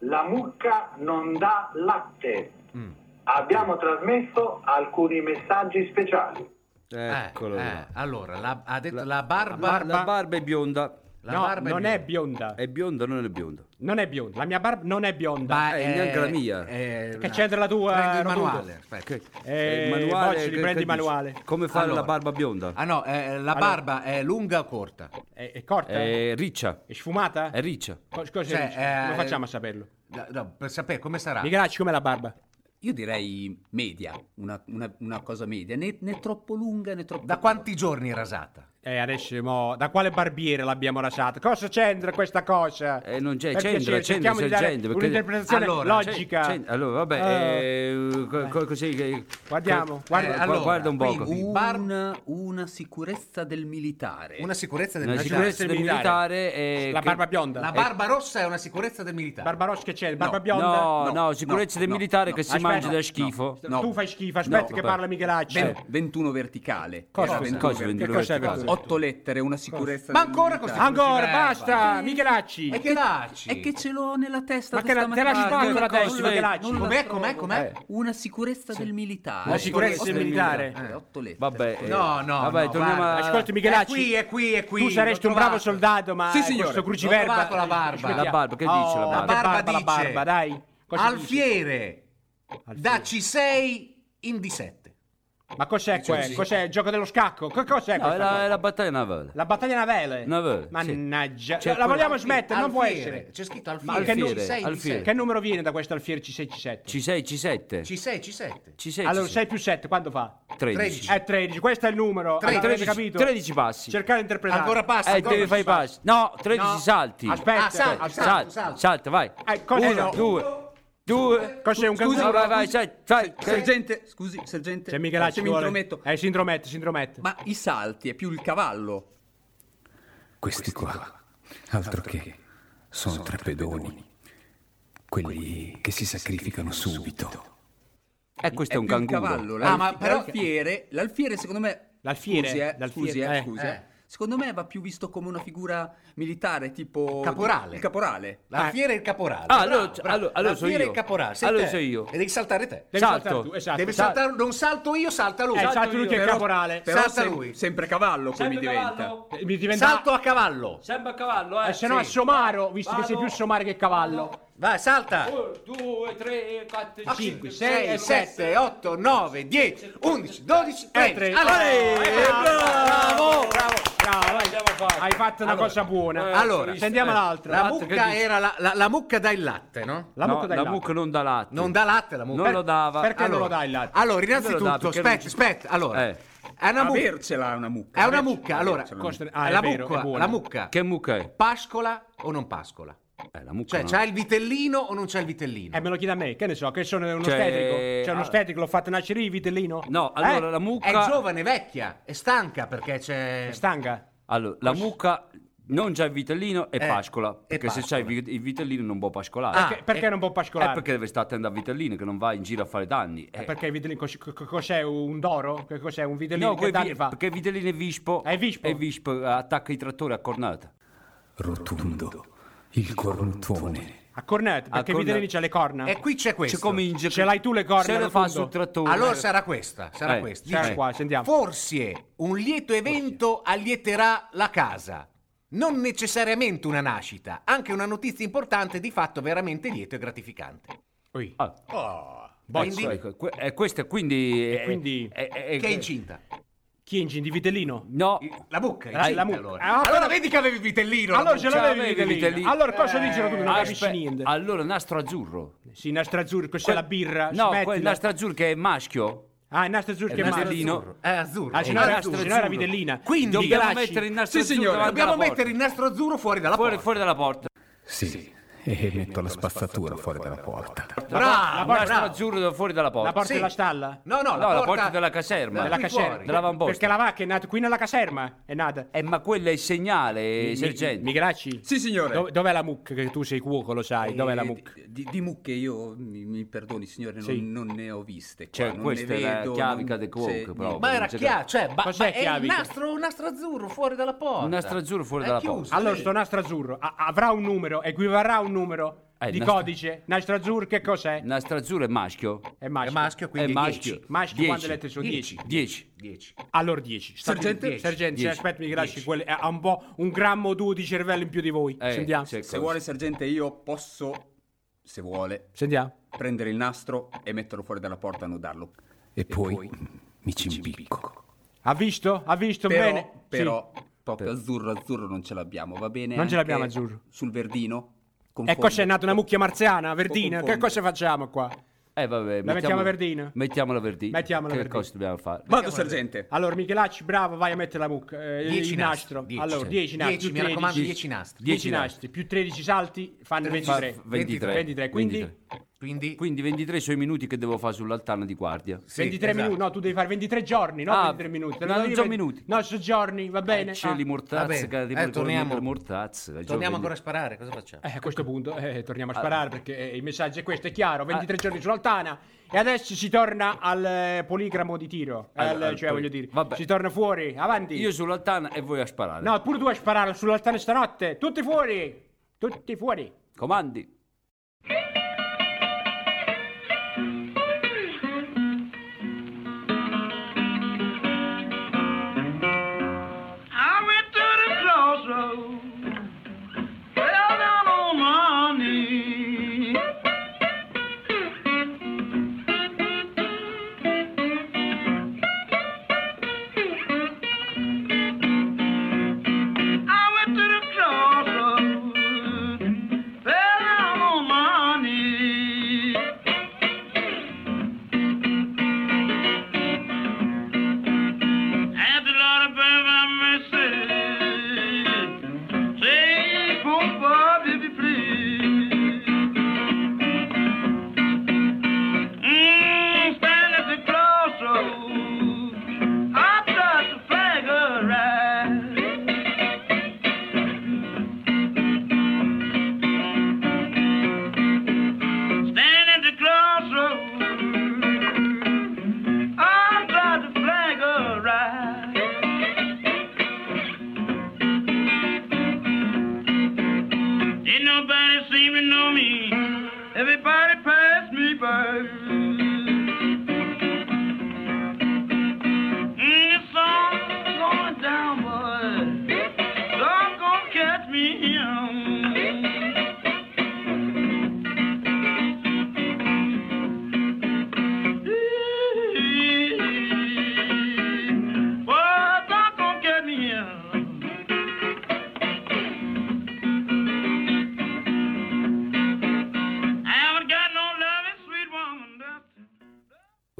Speaker 12: La mucca non dà latte. Abbiamo trasmesso alcuni messaggi speciali.
Speaker 4: Eccolo.
Speaker 6: Eh,
Speaker 4: là.
Speaker 6: allora, la, ha detto la, barba...
Speaker 4: La, la barba è bionda.
Speaker 3: No, non è bionda.
Speaker 4: È bionda o non è bionda?
Speaker 3: Non è bionda. La mia barba non è bionda.
Speaker 4: Ma Eh, è- neanche la mia.
Speaker 6: eh,
Speaker 3: che c'entra la tua?
Speaker 6: prendi il
Speaker 3: Rotundo?
Speaker 6: manuale, aspetta.
Speaker 3: Eh,
Speaker 4: Cioè, il manuale,
Speaker 3: Bocci,
Speaker 4: che-
Speaker 3: riprendi
Speaker 4: che
Speaker 3: il manuale.
Speaker 4: dici? Come fare
Speaker 6: Allora.
Speaker 4: la barba bionda?
Speaker 6: Ah no, eh, la
Speaker 3: Allora.
Speaker 6: barba è lunga o corta?
Speaker 3: È, è corta?
Speaker 4: È riccia.
Speaker 3: È sfumata?
Speaker 4: È riccia.
Speaker 3: Co- cosa
Speaker 6: Cioè,
Speaker 3: è riccia? Come
Speaker 6: eh,
Speaker 3: facciamo a saperlo?
Speaker 6: Da- da- per sapere come
Speaker 4: Ah.
Speaker 6: sarà.
Speaker 3: Migracci, com'è la barba?
Speaker 9: Io direi media, una, una- una cosa media, né, né troppo lunga né troppo...
Speaker 6: Da quanti giorni è rasata?
Speaker 3: Eh, adesso, mo, da quale barbiere l'abbiamo lasciata? Cosa c'entra questa cosa?
Speaker 4: Eh, non c'è,
Speaker 3: Per
Speaker 4: c'entra,
Speaker 3: piacere,
Speaker 4: c'entra,
Speaker 3: cerchiamo di
Speaker 4: c'è
Speaker 3: dare
Speaker 4: gente, perché-
Speaker 3: un'interpretazione
Speaker 6: Allora,
Speaker 3: logica.
Speaker 4: C'è- allora, vabbè,
Speaker 3: Eh,
Speaker 4: eh, co- co- così che-
Speaker 3: Guardiamo,
Speaker 4: co-
Speaker 3: guarda-
Speaker 4: eh, gu-
Speaker 6: allora,
Speaker 4: guarda un poco.
Speaker 6: quindi-
Speaker 9: Un-
Speaker 6: Bar-
Speaker 9: una sicurezza del militare.
Speaker 3: eh,
Speaker 6: Una sicurezza del
Speaker 4: La
Speaker 6: militare.
Speaker 4: sicurezza del militare è
Speaker 3: la
Speaker 4: eh, che-
Speaker 3: barba bionda.
Speaker 6: La barba rossa è una sicurezza del militare.
Speaker 3: Barbarossa che c'è, Eh. barba
Speaker 9: No,
Speaker 3: bionda.
Speaker 4: No, no,
Speaker 9: No,
Speaker 4: sicurezza
Speaker 9: no,
Speaker 4: del
Speaker 9: no,
Speaker 4: militare
Speaker 9: no.
Speaker 4: che si
Speaker 3: Aspetta.
Speaker 4: mangia da schifo.
Speaker 9: No. Eh,
Speaker 3: Tu fai schifo, aspetta che
Speaker 4: vabbè.
Speaker 3: parla Michelacci.
Speaker 9: Ve- 21 verticale.
Speaker 3: Cosa
Speaker 9: Era
Speaker 3: cosa?
Speaker 9: 21
Speaker 4: cosa?
Speaker 9: verticale.
Speaker 3: Che cos'è
Speaker 4: verticale.
Speaker 3: questo?
Speaker 9: 8 lettere, una sicurezza
Speaker 6: Ma
Speaker 9: del
Speaker 6: ancora
Speaker 9: militare.
Speaker 6: così?
Speaker 3: Ancora,
Speaker 6: Eh,
Speaker 3: basta, Michelacci.
Speaker 6: E che dacci?
Speaker 9: E che ce l'ho nella testa
Speaker 3: Ma che la-
Speaker 9: da
Speaker 3: te la
Speaker 9: stamattina.
Speaker 3: spacco la
Speaker 9: Non
Speaker 3: testa,
Speaker 9: la-
Speaker 3: Michelacci.
Speaker 9: non la
Speaker 6: Com'è,
Speaker 9: trovo.
Speaker 6: com'è, com'è?
Speaker 9: Una sicurezza del militare.
Speaker 3: La sicurezza del
Speaker 9: Otto
Speaker 3: militare.
Speaker 9: lettere, Otto lettere.
Speaker 4: Vabbè, eh,
Speaker 6: No, no,
Speaker 4: vabbè,
Speaker 6: no,
Speaker 4: torniamo
Speaker 6: guarda.
Speaker 4: a-
Speaker 3: Ascolti
Speaker 6: È
Speaker 3: Michelacci.
Speaker 6: qui, è qui, è qui.
Speaker 3: tu saresti
Speaker 6: l'ho
Speaker 3: un bravo
Speaker 6: trovato.
Speaker 3: soldato, ma
Speaker 9: Sì,
Speaker 3: eh,
Speaker 9: signore,
Speaker 3: questo
Speaker 9: l'ho
Speaker 3: cruciverba.
Speaker 6: trovato la barba.
Speaker 3: aspettiamo.
Speaker 4: La barba, che dice la
Speaker 3: Oh,
Speaker 4: barba?
Speaker 3: La barba,
Speaker 6: La
Speaker 3: la
Speaker 6: barba dice-
Speaker 3: barba, dai. Cosa dice?
Speaker 6: Alfiere, dacci 6 in D7.
Speaker 3: Ma cos'è quello? Cos'è il gioco dello scacco? Co- Cos'è
Speaker 4: No, è
Speaker 3: questa
Speaker 4: Ah, la,
Speaker 3: cosa?
Speaker 4: è la battaglia navale.
Speaker 3: La battaglia navele.
Speaker 4: Navale, sì.
Speaker 3: Mannaggia.
Speaker 4: C'è
Speaker 3: la
Speaker 4: quella-
Speaker 3: vogliamo smettere, non può
Speaker 6: Alfiere,
Speaker 3: essere.
Speaker 6: C'è scritto
Speaker 3: Ma
Speaker 6: alfiere.
Speaker 3: che nu-
Speaker 6: C6 in
Speaker 4: alfiere.
Speaker 3: Che numero viene da questo alfiere C6 C7?
Speaker 4: C6,
Speaker 6: D7.
Speaker 4: C7.
Speaker 6: C6, C7.
Speaker 4: C6,
Speaker 3: allora
Speaker 4: C7.
Speaker 3: 6 più 7 quanto fa?
Speaker 4: 13.
Speaker 3: È 13, questo è il numero. Allora, avete
Speaker 4: 13,
Speaker 3: capito?
Speaker 4: 13 passi.
Speaker 3: Cercare di interpretare.
Speaker 6: Ancora passa,
Speaker 4: eh,
Speaker 6: ancora
Speaker 4: devi fare i
Speaker 6: passa.
Speaker 4: passi. No, 13 salti.
Speaker 3: Aspetta,
Speaker 6: Ah, salti,
Speaker 3: aspetta.
Speaker 4: salta,
Speaker 6: salto.
Speaker 4: salta, vai.
Speaker 3: Eh, cosa- eh,
Speaker 4: Uno,
Speaker 3: no.
Speaker 4: due, due.
Speaker 3: Cos'è un
Speaker 9: Scusi,
Speaker 3: canguro?
Speaker 4: vai, vai, sai, sai,
Speaker 9: Sergente, scusi, sergente.
Speaker 3: C'è Michelacci
Speaker 9: se mi
Speaker 3: che vuole-
Speaker 9: intrometto.
Speaker 3: Eh, si intromette, si intromette.
Speaker 9: Ma i salti è più il cavallo.
Speaker 8: Questi qua, altro che, sono tre pedoni. Quelli che si sacrificano subito.
Speaker 4: Eh, questo è, un
Speaker 9: più il
Speaker 4: canguro.
Speaker 9: cavallo.
Speaker 6: Ah,
Speaker 9: l'alf-
Speaker 6: ma però-
Speaker 9: l'alfiere, l'alfiere secondo me
Speaker 3: L'alfiere,
Speaker 9: scusi, eh,
Speaker 3: l'alfiere,
Speaker 9: scusi, eh,
Speaker 3: eh.
Speaker 9: scusi, eh.
Speaker 6: Eh.
Speaker 9: Secondo me va più visto come una figura militare, tipo
Speaker 6: Caporale.
Speaker 9: il caporale.
Speaker 6: L'alfiere è il caporale.
Speaker 4: Ah, allora-
Speaker 6: Bravo, bravo.
Speaker 4: allora- allora
Speaker 6: L'alfiere
Speaker 4: sono
Speaker 6: è
Speaker 4: io.
Speaker 6: il caporale. sei
Speaker 4: Allora
Speaker 6: te.
Speaker 4: sono io.
Speaker 6: E devi saltare te.
Speaker 3: Devi
Speaker 4: Salto.
Speaker 3: saltare tu, esatto.
Speaker 6: Devi
Speaker 3: Salto.
Speaker 6: saltare, non salto io, salta lui.
Speaker 3: Eh, salto lui che è il
Speaker 9: Però-
Speaker 3: caporale.
Speaker 9: Però
Speaker 6: Salta
Speaker 9: sem-
Speaker 6: lui.
Speaker 9: sempre cavallo poi mi
Speaker 4: Sempre
Speaker 9: diventa.
Speaker 4: cavallo?
Speaker 3: Eh, Mi diventa
Speaker 6: Salto a cavallo.
Speaker 4: Sembra cavallo,
Speaker 3: Eh, se no è somaro, visto che sei più somaro che cavallo.
Speaker 4: Vai, salta!
Speaker 5: 2, 3, 4,
Speaker 6: 5, 6, 7, 8, 9, 10, 11, 12, 13.
Speaker 3: Bravo! Bravo, vai. Hai fatto una
Speaker 6: Allora.
Speaker 3: cosa buona.
Speaker 6: Allora,
Speaker 3: sentiamo
Speaker 6: eh,
Speaker 3: l'altra.
Speaker 6: La mucca era la, la, la mucca dà il latte, no?
Speaker 3: La mucca dà il
Speaker 4: la
Speaker 3: latte.
Speaker 4: mucca non dà latte.
Speaker 6: Non dà latte la mucca.
Speaker 4: Non lo dava.
Speaker 6: Perché non lo dà il
Speaker 4: ah,
Speaker 6: latte? Allora, innanzitutto, aspetta,
Speaker 4: eh,
Speaker 6: aspetta, allora. È una mucca.
Speaker 7: Avercela una mucca.
Speaker 6: È una mucca, allora.
Speaker 7: Costa-
Speaker 4: ah, è
Speaker 6: la,
Speaker 4: vero, è
Speaker 6: mucca
Speaker 4: buona.
Speaker 6: la mucca.
Speaker 4: Che mucca è? Eh,
Speaker 6: Pascola o non pascola? cioè,
Speaker 4: no.
Speaker 6: c'ha il vitellino o non c'ha il vitellino?
Speaker 3: Eh, me lo chiede a me, che ne so, che sono uno
Speaker 6: Cioè,
Speaker 3: stetico. C'è uno
Speaker 6: allora-
Speaker 3: stetico, l'ho fatto nascere io, vitellino.
Speaker 4: ah.
Speaker 3: Eh?
Speaker 4: No, allora la mucca.
Speaker 6: È giovane, vecchia, è stanca perché c'è. È
Speaker 3: stanca?
Speaker 4: Allora, la mucca non c'ha il vitellino e
Speaker 6: Eh, Ah.
Speaker 4: pascola.
Speaker 6: e
Speaker 4: Perché se c'è il vi- il vitellino non può pascolare.
Speaker 3: perché, perché non può pascolare?
Speaker 4: Ah, Eh, perché deve stare attento al vitellino che non va in giro a fare danni. Eh,
Speaker 3: Perché il vitellino, cos- co- cos'è un doro? Che Cos'è un vitellino
Speaker 4: No,
Speaker 3: che
Speaker 4: quei
Speaker 3: danni
Speaker 4: vi-
Speaker 3: fa?
Speaker 4: perché vitellino è vispo. È vispo. attacca i trattori a cornata.
Speaker 8: Rotundo, il cornutone.
Speaker 3: A cornet, perché i
Speaker 4: cornet.
Speaker 3: vitellini c'ha le corna.
Speaker 6: E qui c'è questo.
Speaker 4: C'è come in
Speaker 3: Ce l'hai tu le corna,
Speaker 4: Se le fa
Speaker 3: Rotundo?
Speaker 4: sul trattore.
Speaker 6: Allora sarà questa, sarà
Speaker 4: Eh,
Speaker 6: questa.
Speaker 4: sarà
Speaker 6: Dice,
Speaker 4: qua, sentiamo.
Speaker 6: Forse un lieto evento allieterà la casa. Non necessariamente una nascita, anche una notizia importante di fatto veramente lieto e gratificante.
Speaker 4: Ah.
Speaker 6: Oh, Quindi-
Speaker 4: Ecco, ecco, que- eh, questa quindi... eh,
Speaker 3: quindi-
Speaker 4: eh, eh,
Speaker 6: Che è
Speaker 4: eh,
Speaker 6: incinta?
Speaker 3: Chi è in gin- di vitellino?
Speaker 4: No.
Speaker 6: La mucca, è
Speaker 3: Ah, la
Speaker 6: incinta
Speaker 3: mucca.
Speaker 6: allora.
Speaker 3: Ah,
Speaker 6: allora
Speaker 3: però-
Speaker 6: vedi che avevi il vitellino. la
Speaker 3: Allora ce
Speaker 6: mucca.
Speaker 3: l'avevi il vitellino. Allora cosa dice Rotundo? Non capisci
Speaker 4: Eh, Aspe-
Speaker 3: niente.
Speaker 4: Allora nastro azzurro.
Speaker 3: Sì, nastro azzurro, questa è la birra.
Speaker 4: No,
Speaker 3: smettila.
Speaker 4: quel nastro azzurro che è maschio.
Speaker 3: Ah, il nastro azzurro
Speaker 4: È
Speaker 3: che è
Speaker 4: vitellino.
Speaker 6: È azzurro.
Speaker 3: Ah, ce
Speaker 4: Il
Speaker 3: n'era
Speaker 4: nastro
Speaker 3: azzurro, ce n'era
Speaker 4: azzurro.
Speaker 3: vitellina.
Speaker 4: Quindi
Speaker 3: Di
Speaker 4: dobbiamo
Speaker 3: Gracci.
Speaker 4: mettere il nastro
Speaker 6: Sì,
Speaker 4: azzurro
Speaker 6: signore,
Speaker 4: davanti
Speaker 6: dobbiamo
Speaker 4: alla porta.
Speaker 6: mettere il nastro azzurro fuori dalla
Speaker 4: fuori,
Speaker 6: porta.
Speaker 4: fuori dalla porta.
Speaker 8: Sì, e metto la spazzatura fuori dalla porta.
Speaker 4: Bravo,
Speaker 3: porta-
Speaker 4: il nastro
Speaker 3: bravo.
Speaker 4: azzurro da- fuori dalla porta.
Speaker 3: La porta
Speaker 4: Sì.
Speaker 3: della stalla?
Speaker 6: No, no, la
Speaker 4: No, la
Speaker 6: porta...
Speaker 4: porta della caserma.
Speaker 3: Della
Speaker 6: qui
Speaker 3: caserma.
Speaker 6: fuori.
Speaker 4: Dell'avamposta.
Speaker 3: Perché la vacca è nata qui nella caserma, è nata.
Speaker 4: Eh, ma quello è il segnale, sergente.
Speaker 3: Migracci?
Speaker 7: Sì, signore.
Speaker 3: Dov- dov'è la mucca? Che tu sei cuoco, lo sai. Dov'è la
Speaker 9: Eh,
Speaker 3: mucca?
Speaker 9: Di, di mucche io, mi, mi perdoni signore, non,
Speaker 3: Sì.
Speaker 9: non ne ho viste. Qua,
Speaker 4: Cioè,
Speaker 9: non ne
Speaker 4: questa è la
Speaker 9: vedo,
Speaker 4: chiavica
Speaker 9: non-
Speaker 4: del cuoco,
Speaker 9: sì,
Speaker 4: proprio.
Speaker 9: no.
Speaker 6: Ma era
Speaker 4: Non c'è-
Speaker 6: chiaro, cioè, ba-
Speaker 3: Cos'è
Speaker 6: ma è il
Speaker 3: chiavica?
Speaker 6: nastro, un nastro azzurro fuori dalla porta.
Speaker 4: Un nastro azzurro fuori
Speaker 6: È
Speaker 4: dalla
Speaker 6: chiuso,
Speaker 4: porta.
Speaker 7: eh.
Speaker 3: Allora,
Speaker 6: sì.
Speaker 3: sto nastro azzurro a- avrà un numero, equivarrà a un numero
Speaker 4: Eh,
Speaker 3: di
Speaker 4: nastro-
Speaker 3: codice. Nastro azzurro che cos'è?
Speaker 4: Nastro azzurro è maschio.
Speaker 3: È maschio.
Speaker 4: è maschio.
Speaker 3: Maschio,
Speaker 4: Dieci.
Speaker 3: quante lettere sono? 10.
Speaker 4: 10.
Speaker 6: 10.
Speaker 3: Allora 10.
Speaker 7: Sergente?
Speaker 3: Sergente,
Speaker 4: Dieci.
Speaker 3: aspetta, Migracci, quel- ha un po' un grammo o due di cervello in più di voi.
Speaker 4: Eh,
Speaker 3: Sentiamo.
Speaker 4: sì,
Speaker 7: Se vuole, sergente, io posso, se vuole,
Speaker 3: Sentiamo.
Speaker 7: prendere il nastro e metterlo fuori dalla porta e annodarlo.
Speaker 8: E poi mi ci impicco.
Speaker 3: Ha visto? Ha visto
Speaker 7: Però,
Speaker 3: bene? Sì.
Speaker 7: però,
Speaker 9: Proprio azzurro, azzurro non ce l'abbiamo, va bene?
Speaker 3: Non ce
Speaker 9: anche
Speaker 3: l'abbiamo azzurro.
Speaker 9: Sul verdino?
Speaker 3: E qua c'è nata una mucchia marziana, verdina. Che
Speaker 9: confondo.
Speaker 3: cosa facciamo qua?
Speaker 4: Eh, vabbè.
Speaker 3: La mettiamo a verdina?
Speaker 4: Mettiamo la verdina.
Speaker 3: Mettiamo la
Speaker 4: che
Speaker 3: verdina.
Speaker 4: cosa dobbiamo fare?
Speaker 7: Vado, sergente.
Speaker 3: Allora, Michelacci, bravo, vai a mettere la mucca. eh,
Speaker 6: Dieci
Speaker 3: il
Speaker 6: nastri,
Speaker 3: nastro.
Speaker 6: dieci,
Speaker 3: allora,
Speaker 6: sì.
Speaker 3: 10 nastri.
Speaker 6: Dieci,
Speaker 3: più
Speaker 6: mi raccomando,
Speaker 3: 13.
Speaker 6: dieci nastri.
Speaker 3: Dieci
Speaker 4: Dieci
Speaker 3: nasti, più 13 salti fanno 23.
Speaker 4: Fa- 23.
Speaker 3: 23, quindi
Speaker 4: 23.
Speaker 6: Quindi...
Speaker 4: Quindi 23 sono i minuti che devo fare sull'altana di guardia.
Speaker 3: 23
Speaker 6: esatto.
Speaker 3: minuti, no, tu devi fare 23 giorni, no
Speaker 4: Ah,
Speaker 3: 23 minuti. Te lo
Speaker 4: no,
Speaker 3: devi
Speaker 4: non sono
Speaker 3: fare-
Speaker 4: minuti.
Speaker 3: No, sono giorni, va bene.
Speaker 4: C'è
Speaker 3: Ah,
Speaker 4: l'immortazza,
Speaker 6: vabbè.
Speaker 4: che
Speaker 6: Eh, torniamo-
Speaker 4: l'immortazza.
Speaker 6: Torniamo ancora a sparare, cosa facciamo?
Speaker 3: eh, a questo punto eh, torniamo a
Speaker 4: Allora.
Speaker 3: sparare perché eh, il messaggio è questo, è chiaro, 23 giorni sull'altana e adesso si torna al eh, poligramo di tiro, al-
Speaker 4: Allora, al
Speaker 3: cioè
Speaker 4: poli-
Speaker 3: voglio dire,
Speaker 4: vabbè.
Speaker 3: si torna fuori, avanti.
Speaker 4: Io sull'altana e voi a sparare.
Speaker 3: No, pure tu a sparare sull'altana stanotte, tutti fuori, tutti fuori.
Speaker 4: Comandi.
Speaker 10: I went to the crossroads, fell down on my knees. I went to the crossroads, fell down
Speaker 11: Mm,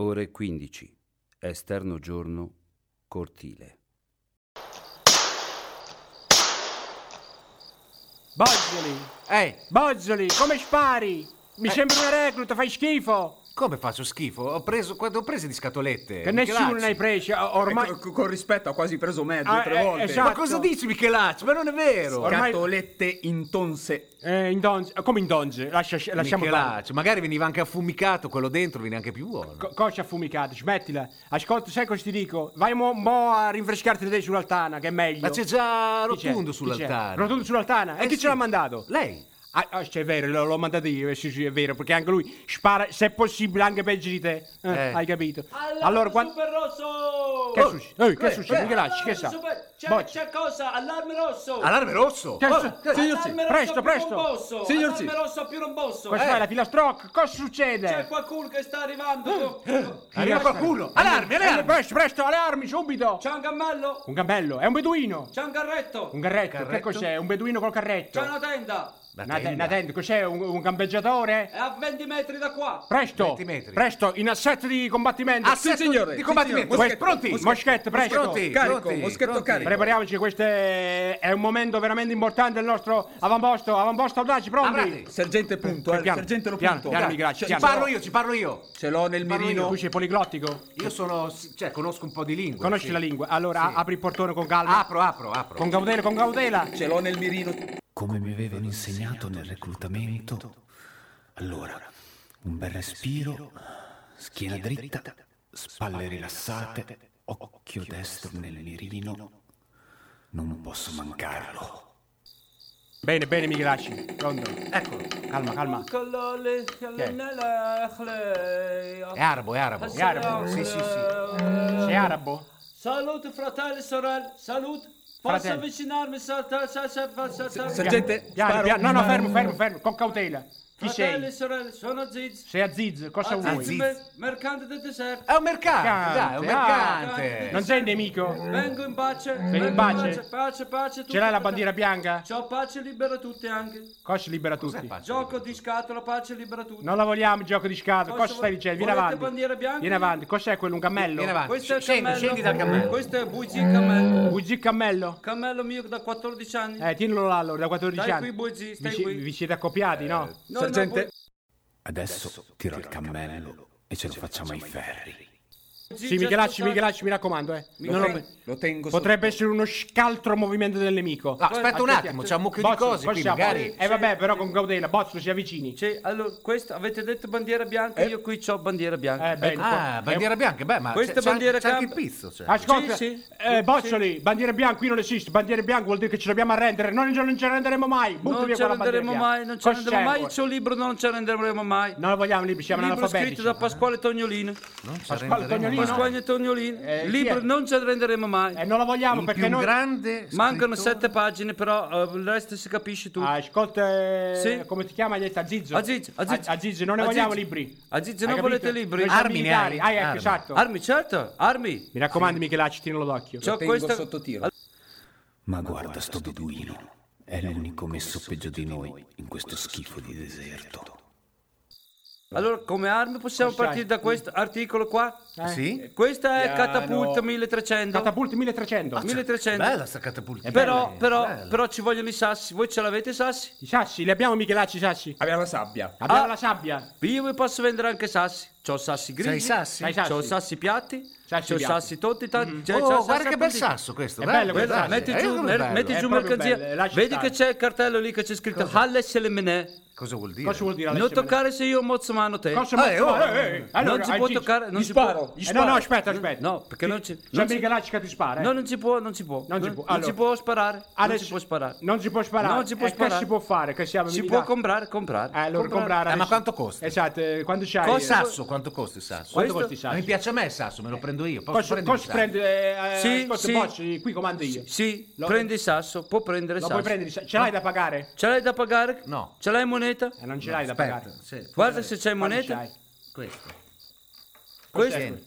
Speaker 2: Ore 15. Esterno giorno, cortile.
Speaker 3: Bozzoli!
Speaker 6: Ehi!
Speaker 3: Bozzoli, come spari? Mi
Speaker 6: Eh.
Speaker 3: sembri una recluta, fai schifo!
Speaker 6: Come faccio schifo? Ho preso, quando ho preso di scatolette.
Speaker 3: Che nessuno ne hai presi, o- ormai...
Speaker 13: Ecco, con rispetto ha quasi preso mezzo
Speaker 3: Ah,
Speaker 13: tre
Speaker 3: eh,
Speaker 13: volte.
Speaker 3: esatto. Ma cosa
Speaker 6: dici, Michelaccio? Ma non è vero!
Speaker 3: Ormai-
Speaker 13: Scatolette intonse.
Speaker 3: Eh, in donge. Come in donge? Lascia, lasciamo perdere.
Speaker 6: Michelaccio, magari veniva anche affumicato, quello dentro viene anche più buono.
Speaker 3: Co- Coscia affumicata, smettila. Ascolta, sai cosa ti dico? Vai mo, mo a rinfrescarti le idee sull'altana, che è meglio.
Speaker 6: Ma c'è già
Speaker 3: Chi c'è? Chi
Speaker 6: Rotondo
Speaker 3: c'è?
Speaker 6: sull'altana. Eh
Speaker 3: Rotondo sull'altana? e chi ce l'ha mandato?
Speaker 6: Lei.
Speaker 3: Ah, ah, cioè, è vero, l'ho, l'ho mandato io, eh, sì, sì, è vero, perché anche lui spara, se è possibile, anche peggio di te. Eh,
Speaker 6: Eh.
Speaker 3: Hai capito? allora, quando...
Speaker 4: Super
Speaker 3: Che succede?
Speaker 4: rosso!
Speaker 3: Ehi, che
Speaker 4: Eh,
Speaker 3: succede?
Speaker 4: eh,
Speaker 3: Michelacci, che
Speaker 4: allarme
Speaker 3: sa?
Speaker 4: super- C'è,
Speaker 3: Bocci.
Speaker 4: c'è cosa? Allarme rosso!
Speaker 6: Allarme rosso?
Speaker 3: Che
Speaker 4: Oh,
Speaker 3: su-
Speaker 4: che-
Speaker 3: signor
Speaker 4: allarme
Speaker 3: Sì.
Speaker 4: rosso
Speaker 3: Presto,
Speaker 4: più
Speaker 3: presto.
Speaker 4: rombosso,
Speaker 3: Signor
Speaker 4: allarme
Speaker 3: Sì.
Speaker 4: rosso più rombosso!
Speaker 3: Cosa
Speaker 4: Eh,
Speaker 3: fai, la filastrocca? Cosa
Speaker 4: C'è
Speaker 3: succede?
Speaker 4: qualcuno che sta arrivando!
Speaker 3: Arriva qualcuno! Allarmi, allarmi! Eh, Presto, presto, alle armi, subito!
Speaker 4: C'è un cammello!
Speaker 3: Un gambello, è un beduino!
Speaker 4: C'è un carretto!
Speaker 3: Un carretto, che cos'è? Un beduino col carretto?
Speaker 4: C'è una tenda!
Speaker 3: Una te- una tenda, cos'è? Un, un campeggiatore?
Speaker 4: È a 20 metri da qua!
Speaker 3: Presto! Presto, in assetto di combattimento!
Speaker 4: Assetto Sì, signore,
Speaker 3: Di
Speaker 4: sì,
Speaker 3: combattimento!
Speaker 4: signore. Moschetto,
Speaker 3: pronti?
Speaker 4: moschetto.
Speaker 3: Moschetto, presto!
Speaker 4: Pronti, Carico, pronti, moschetto pronti. carico.
Speaker 3: Prepariamoci, questo è... è un momento veramente importante del nostro avamposto. Avamposto, audaci, pronti?
Speaker 6: Avrati.
Speaker 13: Sergente punto, eh,
Speaker 3: Piano,
Speaker 13: sergente lo
Speaker 3: piano,
Speaker 13: punto.
Speaker 3: piano, mi
Speaker 6: Ci
Speaker 3: grazie,
Speaker 6: ci
Speaker 3: piano.
Speaker 6: parlo io, ci parlo io.
Speaker 13: Ce l'ho nel
Speaker 6: Parlo
Speaker 3: Tu
Speaker 6: io.
Speaker 3: sei poliglottico?
Speaker 6: Io sono, cioè, conosco un po' di lingua.
Speaker 3: Conosci
Speaker 6: sì.
Speaker 3: la lingua? Allora
Speaker 6: Sì.
Speaker 3: apri il portone con calma.
Speaker 6: Apro, apro, apro.
Speaker 3: Con cautela, con cautela.
Speaker 13: Ce l'ho nel mirino.
Speaker 8: Come mi avevano insegnato nel reclutamento. Allora, un bel respiro, schiena dritta, spalle rilassate, occhio destro nel mirino. Non posso mancarlo.
Speaker 3: Bene, bene, Michelacci. Pronto.
Speaker 6: Eccolo.
Speaker 3: Calma, calma.
Speaker 4: È
Speaker 6: È arabo, è arabo.
Speaker 3: È arabo?
Speaker 6: Sì, sì, sì.
Speaker 3: Sei arabo?
Speaker 4: eh, Salute fratelli e sorelle, salute. Posso
Speaker 3: Fratelli.
Speaker 4: avvicinarmi? sa- sa- sa- sa- sa- sa- sa-
Speaker 3: Piano, piano. No, no, fermo, fermo, fermo. Con cautela. Chi
Speaker 4: Fratelli e
Speaker 3: sei?
Speaker 4: sorelle, sono Ziz.
Speaker 3: Sei Aziz, cosa
Speaker 4: Aziz,
Speaker 3: vuoi?
Speaker 4: mer- mercante del deserto.
Speaker 6: È un mercante, dai, è un
Speaker 3: Mercante,
Speaker 6: mercante.
Speaker 3: ah. Non sei il nemico?
Speaker 4: Vengo in pace.
Speaker 3: in
Speaker 4: Vengo
Speaker 3: pace?
Speaker 4: Pace, pace.
Speaker 3: Ce l'hai la bandiera bianca?
Speaker 4: C'ho pace libera tutti anche.
Speaker 3: Cosci libera tutti.
Speaker 4: Gioco di scatola, pace libera tutti.
Speaker 3: Non la vogliamo il gioco di scatola.
Speaker 4: Cosa
Speaker 3: Cosa stai
Speaker 4: vo-
Speaker 3: dicendo? Vieni
Speaker 4: volete
Speaker 3: avanti.
Speaker 4: bandiera bianca?
Speaker 3: Vieni avanti. Cos'è quello? Un cammello?
Speaker 6: Vieni avanti.
Speaker 4: Questo è
Speaker 6: Scendi,
Speaker 4: cammello.
Speaker 6: scendi dal cammello.
Speaker 4: Questo è Bugi Cammello.
Speaker 3: Bugi cammello?
Speaker 4: Cammello mio e da 14 anni.
Speaker 3: Eh, tienilo là allora, da 14
Speaker 4: Stai
Speaker 3: anni.
Speaker 4: qui, Bugi, stai
Speaker 3: vi, si-
Speaker 4: qui.
Speaker 3: vi siete accoppiati,
Speaker 6: Eh,
Speaker 3: no?
Speaker 4: No, no, Sergente. Bu-
Speaker 8: Adesso tiro il cammello e ce lo facciamo ai ferri.
Speaker 3: Sì,
Speaker 4: certo,
Speaker 3: Michelacci, Michelacci, mi raccomando, eh.
Speaker 13: Lo,
Speaker 3: Non lo-
Speaker 13: ten- lo tengo
Speaker 3: Potrebbe essere uno scaltro movimento del nemico.
Speaker 6: No, aspetta Ah, un attimo, c'è un mucchio di
Speaker 3: Bozzoli,
Speaker 6: cose qui,
Speaker 3: possiamo-
Speaker 6: magari.
Speaker 3: Eh vabbè,
Speaker 4: Certo.
Speaker 3: però con cautela, Bozzolo, si avvicini.
Speaker 4: Sì, allora, questo avete detto bandiera bianca, io qui ho bandiera bianca.
Speaker 3: Eh, bene.
Speaker 6: Ah, bandiera bianca, beh, ma
Speaker 4: Questa
Speaker 6: c'è, c'è
Speaker 4: bandiera
Speaker 6: anche, c'è anche il
Speaker 4: camp-
Speaker 6: pizzo. Cioè.
Speaker 3: Ascolta,
Speaker 4: Sì, sì.
Speaker 3: eh, Boccioli, bandiera bianca qui non esiste, bandiera bianca vuol dire che ci dobbiamo arrendere, noi non ce ne renderemo mai, butta
Speaker 4: Non
Speaker 3: via
Speaker 4: ce
Speaker 3: quella
Speaker 4: ne
Speaker 3: bandiera
Speaker 4: andremo
Speaker 3: bianca.
Speaker 4: mai, non ce ne
Speaker 3: Cos'è
Speaker 4: andremo mai, il
Speaker 3: ancora?
Speaker 4: suo libro non ce ne andremo mai.
Speaker 3: Non lo vogliamo libri, siamo
Speaker 4: libro scritto
Speaker 3: analfabetici.
Speaker 4: da Pasquale Tognolino.
Speaker 3: Pasquale Tognolino,
Speaker 4: Pasquale Tognolino.
Speaker 3: Eh, chi
Speaker 4: libro
Speaker 3: è?
Speaker 4: non ce ne renderemo mai.
Speaker 3: eh, non lo vogliamo
Speaker 6: Il
Speaker 3: perché
Speaker 6: più
Speaker 3: noi...
Speaker 6: grande
Speaker 4: Mancano
Speaker 6: scrittore-
Speaker 4: sette pagine, però eh, il resto si capisce tutto.
Speaker 3: Ah, ascolta, eh,
Speaker 4: Sì.
Speaker 3: come ti chiama? Hai detto Azizzo.
Speaker 4: Aziz, Aziz.
Speaker 3: A- Azizzo, non ne
Speaker 4: Aziz.
Speaker 3: vogliamo libri.
Speaker 4: Aziz,
Speaker 3: Hai
Speaker 4: non
Speaker 3: capito?
Speaker 4: volete libri?
Speaker 3: Noi siamo
Speaker 6: Armi ne
Speaker 3: militari.
Speaker 6: hai?
Speaker 3: Ah, ecco,
Speaker 6: Armi.
Speaker 3: esatto.
Speaker 4: Armi, certo, armi.
Speaker 3: Mi raccomando, Michelacci, tienilo d'occhio.
Speaker 4: C'ho
Speaker 13: tengo
Speaker 4: questa-
Speaker 13: sotto tiro.
Speaker 8: Ma guarda sto beduino, è l'unico messo peggio di noi in questo schifo di deserto.
Speaker 4: Allora, come armi possiamo
Speaker 3: Cos'hai?
Speaker 4: partire da questo articolo qua?
Speaker 3: Eh?
Speaker 6: Sì?
Speaker 4: Questa è
Speaker 13: Piano.
Speaker 4: Catapult 1300.
Speaker 3: Catapult 1300.
Speaker 4: Ah, 1300.
Speaker 6: Bella sta catapultina.
Speaker 4: però,
Speaker 6: Eh,
Speaker 4: però,
Speaker 6: bella.
Speaker 4: però ci vogliono i sassi. Voi ce l'avete i sassi?
Speaker 3: I sassi, li abbiamo Michelacci, i sassi.
Speaker 13: Abbiamo la sabbia.
Speaker 3: Abbiamo
Speaker 4: Ah.
Speaker 3: la sabbia.
Speaker 4: Io vi posso vendere anche sassi. C'ho sassi
Speaker 6: Sai
Speaker 4: grigi.
Speaker 6: sassi?
Speaker 3: Sai sassi?
Speaker 4: C'ho sassi piatti.
Speaker 3: Sassi piatti.
Speaker 4: c'ho
Speaker 3: Mhm.
Speaker 4: sassi totti. tanti- c'è- c'è
Speaker 6: Oh,
Speaker 4: sassi
Speaker 6: guarda che bel
Speaker 4: appuntiti.
Speaker 6: sasso questo.
Speaker 3: È
Speaker 6: beh,
Speaker 3: bello
Speaker 6: beh,
Speaker 3: questo
Speaker 6: dai,
Speaker 3: sasso.
Speaker 4: Metti
Speaker 6: eh,
Speaker 4: giù,
Speaker 6: com'è
Speaker 4: mer-
Speaker 6: bello.
Speaker 4: metti
Speaker 3: È
Speaker 4: giù
Speaker 3: proprio
Speaker 4: mercanzia.
Speaker 3: bello, eh, lasci
Speaker 4: Vedi
Speaker 3: stare.
Speaker 4: che c'è il cartello lì che c'è scritto Halles Elemenè.
Speaker 6: Cosa vuol dire?
Speaker 3: Cosa vuol dire
Speaker 4: Non
Speaker 3: adesso?
Speaker 4: toccare se io mozzo mano te.
Speaker 3: Cosa
Speaker 6: Eh,
Speaker 3: vuol-
Speaker 6: oh,
Speaker 3: eh, eh, eh. Allora,
Speaker 4: non si può
Speaker 3: Aziz,
Speaker 4: toccare, non
Speaker 3: gli
Speaker 4: si può.
Speaker 3: sparo, gli sparo. Eh, no, no, aspetta, aspetta.
Speaker 4: No, perché non ci-
Speaker 3: C'è
Speaker 4: non si-
Speaker 3: Michelacci che ti spara, eh.
Speaker 4: No, non si può, non si può.
Speaker 3: Non si può. Allora.
Speaker 4: può sparare. Non
Speaker 3: Adesso-
Speaker 4: si può sparare.
Speaker 3: Non si può sparare.
Speaker 4: Non si può
Speaker 3: E
Speaker 4: sparare.
Speaker 3: Che si può fare? Che siamo
Speaker 4: Si può
Speaker 3: militari?
Speaker 4: comprare, comprare.
Speaker 3: Eh, allora comprare.
Speaker 6: Eh, ma
Speaker 3: adesso-
Speaker 6: quanto costa?
Speaker 3: Esatto, eh, quanto c'hai?
Speaker 6: Col
Speaker 3: eh,
Speaker 6: sasso, quanto costa il sasso?
Speaker 3: Quanto
Speaker 4: Questo-
Speaker 3: costa i
Speaker 6: Ma Mi
Speaker 3: sassi?
Speaker 6: piace a me il sasso, me lo prendo io. Posso
Speaker 3: Cosa
Speaker 6: prendere il
Speaker 3: cosa
Speaker 6: sasso?
Speaker 3: prendi? eh, eh,
Speaker 4: Sì,
Speaker 3: ascolta,
Speaker 4: sì.
Speaker 3: Bocci, qui comando io.
Speaker 4: Sì,
Speaker 3: Lo-
Speaker 4: prendi il sasso, può prendere
Speaker 3: Lo
Speaker 4: sasso.
Speaker 3: puoi prendere, ce l'hai da pagare?
Speaker 4: Ce l'hai da pagare?
Speaker 6: No.
Speaker 4: Ce l'hai moneta?
Speaker 3: Eh, non ce l'hai da
Speaker 6: Aspetta,
Speaker 3: pagare.
Speaker 6: sì, fu-
Speaker 4: Guarda se c'hai
Speaker 3: Quanto
Speaker 4: moneta.
Speaker 3: c'hai?
Speaker 6: questo.
Speaker 4: Questa,
Speaker 6: Cos'è?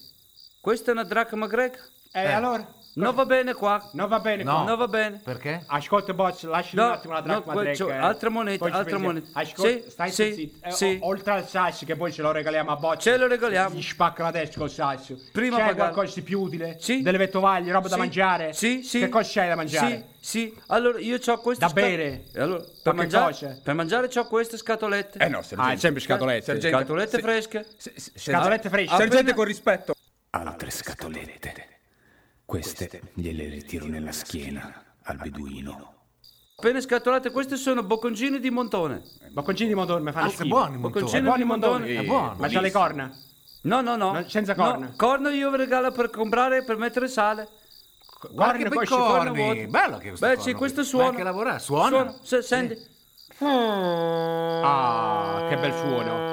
Speaker 4: questa è una dracma greca.
Speaker 3: Eh, allora?
Speaker 4: Non va bene qua.
Speaker 3: Non va bene
Speaker 4: qua. Non va bene.
Speaker 6: Perché?
Speaker 3: Ascolta, boss, lasci
Speaker 4: No,
Speaker 3: un attimo la
Speaker 4: no,
Speaker 3: dracma
Speaker 4: que-
Speaker 3: Drake,
Speaker 4: cioè,
Speaker 3: eh.
Speaker 4: altra moneta,
Speaker 3: Poi ci
Speaker 4: altra
Speaker 3: vediamo.
Speaker 4: moneta.
Speaker 3: Ascolta,
Speaker 4: Sì,
Speaker 3: stai
Speaker 4: sì,
Speaker 3: zitto. Eh,
Speaker 4: sì.
Speaker 3: o- oltre al sasso, che poi ce lo regaliamo a boccia. Ce
Speaker 4: lo regaliamo.
Speaker 3: Gli spacca la testa col sasso.
Speaker 4: Prima
Speaker 3: C'è
Speaker 4: pagare.
Speaker 3: qualcosa di più utile? Delle vettovaglie, roba da
Speaker 4: Sì,
Speaker 3: mangiare?
Speaker 4: Sì, sì.
Speaker 3: Che cosa c'hai da mangiare?
Speaker 4: Sì, sì. Allora io ho queste
Speaker 3: Da
Speaker 4: sca-
Speaker 3: bere?
Speaker 4: E Allora, per
Speaker 3: Qualche
Speaker 4: mangiare,
Speaker 3: cosa?
Speaker 4: per mangiare ho queste scatolette.
Speaker 14: Eh no, sergente. Ah, sempre scatolette, sergente.
Speaker 4: Scatolette
Speaker 14: Se-
Speaker 4: fresche.
Speaker 14: Scatolette
Speaker 4: fresche.
Speaker 14: Sergente con rispetto.
Speaker 8: Altre scatolette. Queste gliele ritiro nella schiena al beduino.
Speaker 4: Appena scatolate queste sono bocconcini di montone.
Speaker 3: Bocconcini di montone, mi fanno
Speaker 4: Ah,
Speaker 3: schifo.
Speaker 4: che buoni i montoni.
Speaker 3: Bocconcini buoni i montoni.
Speaker 4: Sì,
Speaker 3: È buono. Ma c'ha
Speaker 4: buonissimo.
Speaker 3: le corna?
Speaker 4: No, no, no.
Speaker 3: senza
Speaker 4: No,
Speaker 3: corna.
Speaker 4: corna io vi regalo per comprare e per mettere sale.
Speaker 6: guarda che bei corni. Bello che questo
Speaker 4: Beh,
Speaker 6: corno
Speaker 4: sì, questo
Speaker 6: qui.
Speaker 4: suona.
Speaker 6: Ma che lavorare, suona?
Speaker 4: Se- senti.
Speaker 3: Ah, che bel suono.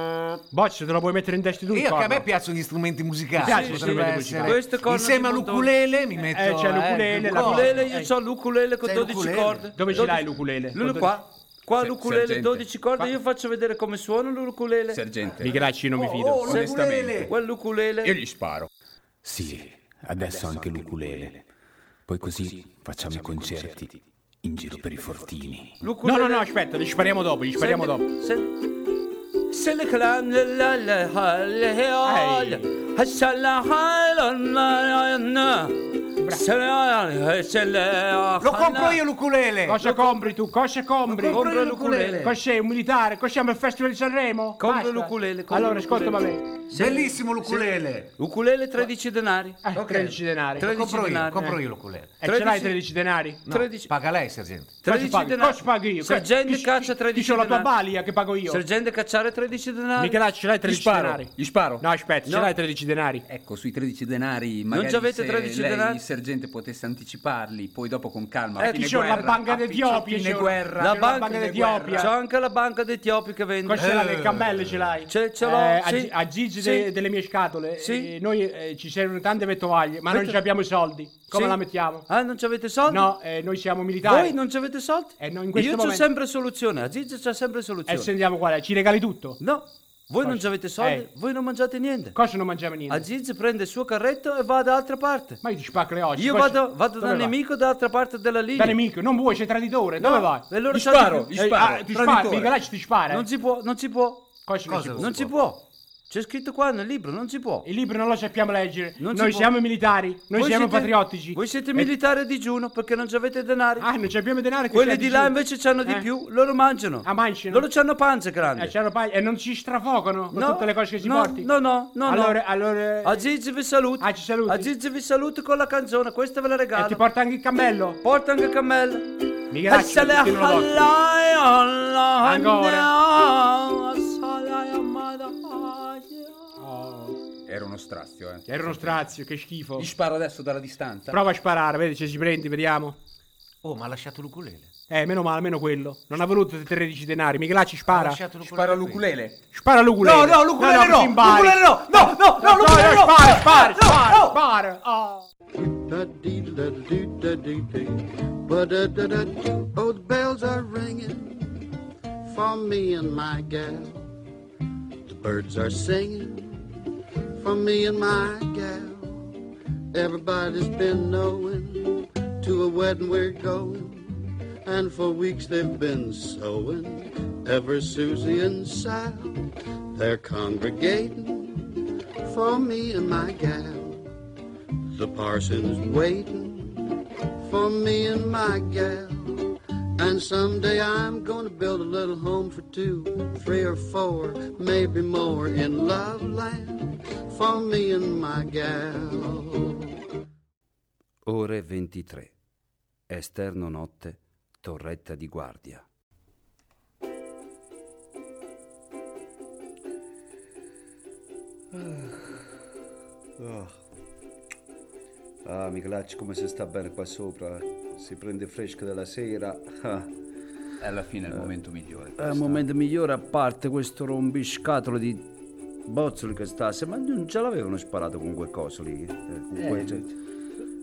Speaker 3: Boccia, te lo puoi mettere in testa tu il
Speaker 6: Io che a
Speaker 3: corno.
Speaker 6: me piacciono gli strumenti musicali.
Speaker 3: Mi piace gli
Speaker 6: potrebbe
Speaker 3: strumenti
Speaker 6: essere-
Speaker 3: musicali. Questo corno
Speaker 6: Insieme
Speaker 3: di
Speaker 6: all'ukulele mi
Speaker 3: montone.
Speaker 6: metto.
Speaker 3: Eh, c'è l'ukulele,
Speaker 6: il
Speaker 3: la-
Speaker 6: corno.
Speaker 4: L'ukulele, io ho l'ukulele con
Speaker 6: C'è
Speaker 4: 12
Speaker 6: l'ukulele.
Speaker 4: corde.
Speaker 3: Dove ce l'hai
Speaker 4: 12?
Speaker 3: l'ukulele?
Speaker 4: Lui
Speaker 3: Con
Speaker 4: qua. Qua
Speaker 3: Se-
Speaker 4: l'ukulele,
Speaker 3: sergente.
Speaker 4: 12 corde, io faccio vedere come suona l'ukulele. Sergente.
Speaker 3: Michelacci
Speaker 4: Oh,
Speaker 3: non mi fido.
Speaker 8: onestamente.
Speaker 4: Quell'ukulele.
Speaker 8: Io gli sparo. Sì, adesso anche l'ukulele. Poi così facciamo i concerti in giro per i fortini.
Speaker 3: No, no, no, aspetta, li spariamo dopo, li spariamo dopo.
Speaker 4: Se le clan la la ha le hol hasalla halon se le se le
Speaker 3: Lo compro io l'ukulele! Cosa compri tu? Cosa compri?
Speaker 4: Lo compro io l'ukulele.
Speaker 3: Cos'è un militare? Cos'è il festival di Sanremo?
Speaker 4: Compro
Speaker 3: Basta.
Speaker 4: l'ukulele, compro
Speaker 3: Allora, ascolta
Speaker 4: l'ukulele.
Speaker 3: me.
Speaker 4: Sì. Bellissimo l'ukulele. Ukulele 13 denari.
Speaker 3: Eh, 13 denari.
Speaker 4: 13
Speaker 3: Compro io,
Speaker 4: denari.
Speaker 3: compro io
Speaker 6: l'ukulele.
Speaker 3: E ce l'hai 13 denari?
Speaker 4: No, 13.
Speaker 6: Paga lei, sergente.
Speaker 4: 13
Speaker 3: Cosa
Speaker 4: denari.
Speaker 3: Cosa paghi io?
Speaker 4: Sergente
Speaker 3: Chi-
Speaker 4: caccia 13
Speaker 3: Chi c'ho la tua
Speaker 4: denari.
Speaker 3: balia che pago io?
Speaker 4: Sergente cacciare 13 denari.
Speaker 3: Michelacci, ce l'hai 13
Speaker 4: sparo,
Speaker 3: denari? Gli sparo. No, aspetta, ce
Speaker 9: No.
Speaker 3: l'hai 13 denari?
Speaker 9: Ecco, sui 13 denari, magari
Speaker 4: già avete
Speaker 9: se
Speaker 4: 13
Speaker 9: lei,
Speaker 4: denari?
Speaker 9: il sergente potesse anticiparli, poi dopo con calma.
Speaker 4: Eh,
Speaker 9: a fine
Speaker 4: c'ho la
Speaker 9: guerra,
Speaker 4: Banca
Speaker 9: a fi-
Speaker 3: d'Etiopia,
Speaker 9: a fine
Speaker 3: c'ho-
Speaker 9: guerra.
Speaker 4: La banca,
Speaker 3: d'Etiopia.
Speaker 4: C'ho anche la banca d'Etiopia che vende. Eh.
Speaker 3: Cosa ce l'hai? Le cammelle ce l'hai?
Speaker 4: Ce, ce l'ho,
Speaker 3: Eh, a
Speaker 4: sì.
Speaker 3: Gi- a Gigi
Speaker 4: Sì.
Speaker 3: de- delle mie scatole.
Speaker 4: Sì.
Speaker 3: Eh, noi eh, ci servono tante vettovaglie, ma non
Speaker 4: Vette-
Speaker 3: ci abbiamo i soldi. Come
Speaker 4: Sì.
Speaker 3: la mettiamo?
Speaker 4: Ah, non ci avete soldi?
Speaker 3: No, eh, noi siamo militari.
Speaker 4: Voi non ci avete soldi?
Speaker 3: Eh, no, in questo
Speaker 4: Io c'ho
Speaker 3: momento-
Speaker 4: sempre soluzione, a Gigi c'è sempre
Speaker 3: E
Speaker 4: soluzione.
Speaker 3: se andiamo quale? Ci regali tutto?
Speaker 4: No, voi non
Speaker 3: Cosa?
Speaker 4: ci avete soldi,
Speaker 3: Eh.
Speaker 4: voi non mangiate niente.
Speaker 3: Cosa non mangiamo niente?
Speaker 4: Aziz prende il suo carretto e va da altra parte.
Speaker 3: Ma io ti spacco le oggi.
Speaker 4: Io vado, vado da nemico dall'altra parte della linea.
Speaker 3: Da nemico, non vuoi, sei traditore. Dove
Speaker 4: No,
Speaker 3: vai?
Speaker 4: e allora
Speaker 3: Gli
Speaker 4: c'è di
Speaker 3: sparo,
Speaker 4: più.
Speaker 3: gli sparo.
Speaker 4: ah,
Speaker 3: Ti
Speaker 4: traditore.
Speaker 3: spara, Michelacci ti spara. eh.
Speaker 4: Non si può, non si può.
Speaker 3: Cosa non si può?
Speaker 4: Non si può. C'è scritto qua nel libro, non si può.
Speaker 3: Il libro non lo sappiamo leggere.
Speaker 4: Non si
Speaker 3: noi
Speaker 4: può.
Speaker 3: siamo militari, noi
Speaker 4: Voi
Speaker 3: siamo
Speaker 4: siete-
Speaker 3: patriottici. Eh.
Speaker 4: Voi siete militari a digiuno perché non ci avete denari.
Speaker 3: Ah, non ci abbiamo denaro. che
Speaker 4: Quelli
Speaker 3: c'è
Speaker 4: di
Speaker 3: giù.
Speaker 4: là invece c'hanno di
Speaker 3: Eh?
Speaker 4: più, loro mangiano.
Speaker 3: Ah, mancino.
Speaker 4: Loro c'hanno panze grandi.
Speaker 3: Eh, c'hanno pa- e non ci strafogano con
Speaker 4: No,
Speaker 3: tutte le cose che ci
Speaker 4: no,
Speaker 3: porti.
Speaker 4: No, no, no.
Speaker 3: Allora,
Speaker 4: no.
Speaker 3: allora... eh,
Speaker 4: Aziz vi saluta.
Speaker 3: Ah, ci saluti?
Speaker 4: Aziz vi saluta con la canzone, questa ve la regalo.
Speaker 3: E eh, ti porta anche il cammello?
Speaker 4: Porta anche il cammello.
Speaker 3: Michelaccio,
Speaker 4: Essele
Speaker 3: continua l'occhio.
Speaker 4: halai,
Speaker 3: Ancora.
Speaker 4: salai, amada,
Speaker 10: Era uno strazio, eh.
Speaker 3: Era uno strazio, Oh, che schifo.
Speaker 10: Gli sparo adesso dalla distanza.
Speaker 3: Prova a sparare, vedi se ci prendi, vediamo.
Speaker 6: Oh, ma ha lasciato l'ukulele.
Speaker 3: Eh, meno male, meno quello. Non ha voluto 13 denari. Michelacci spara.
Speaker 6: lasciato l'ukulele. Spara l'ukulele.
Speaker 3: Spara l'ukulele.
Speaker 6: No, no, l'ukulele no, l'ukulele no, no, no, no, l'ukulele no.
Speaker 3: Spara, spara,
Speaker 6: No,
Speaker 3: spara,
Speaker 6: no.
Speaker 3: spara. Ah.
Speaker 15: Ba-da-da-da-doo. Oh, the bells are ringing for me and my gal. The birds are singing for me and my gal. Everybody's been knowing to a wedding we're going, and for weeks they've been sewing ever Susie and Sal. They're congregating for me and my gal. The parson's waiting for me and my gal. And someday I'm gonna build a little home for two, three or four, maybe more in love land for me and my gal.
Speaker 10: Ore 23. Esterno notte, torretta di guardia.
Speaker 2: Ah, ah Michelacci, come si sta bene qua sopra. Si prende fresco della sera. Ah.
Speaker 9: Alla fine è il momento migliore.
Speaker 2: È il momento migliore a parte questo rombiscatolo di bozzoli che sta, se- ma non ce l'avevano sparato con quel cioè, coso lì. eh, con
Speaker 9: Eh,
Speaker 2: quel-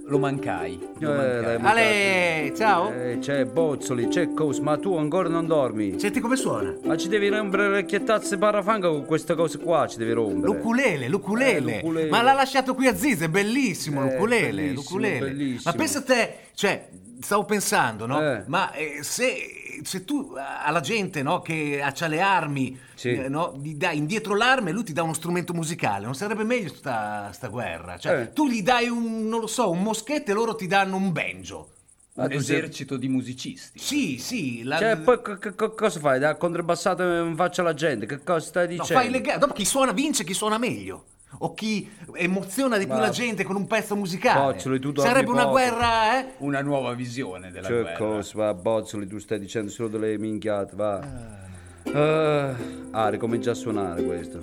Speaker 9: Lo mancai.
Speaker 4: Eh, l'hai mancato.
Speaker 6: Ale, ciao.
Speaker 4: Eh, c'è Bozzoli, c'è Cos, ma tu ancora non dormi.
Speaker 6: Senti come suona.
Speaker 4: Ma ci devi rompere che tazze parafanga con queste cose qua, ci devi rompere.
Speaker 6: L'uculele, l'uculele.
Speaker 4: Eh, l'uculele.
Speaker 6: Ma l'ha lasciato qui a Ziz, è bellissimo l'uculele,
Speaker 4: Eh, bellissimo,
Speaker 6: l'uculele.
Speaker 4: bellissimo.
Speaker 6: Ma pensa te, cioè, stavo pensando, no? Ma eh, se, se tu eh, alla gente, no, che ha le armi, eh, no, gli dai indietro l'arma e lui ti dà uno strumento musicale, non sarebbe meglio sta, sta guerra? Cioè,
Speaker 16: Eh.
Speaker 6: tu gli dai un, non lo so, un moschetto e loro ti danno un banjo.
Speaker 9: Un esercito di musicisti.
Speaker 6: Sì, sì. La...
Speaker 4: Cioè, poi co- co- co- cosa fai? Da contrabbassato in faccia alla gente? Che cosa stai
Speaker 6: No,
Speaker 4: dicendo?
Speaker 6: fai le gare. Dopo chi suona vince, chi suona meglio. O chi emoziona di più
Speaker 4: Ma-
Speaker 6: la gente con un pezzo musicale.
Speaker 4: Bozzoli, tu dormi
Speaker 6: Sarebbe una
Speaker 4: poco.
Speaker 6: guerra, eh?
Speaker 9: Una nuova visione della
Speaker 4: Cioè,
Speaker 9: guerra.
Speaker 4: cosa va, Bozzoli, tu stai dicendo solo delle minchiate, va. Ah, ah, ricomincia a suonare questo.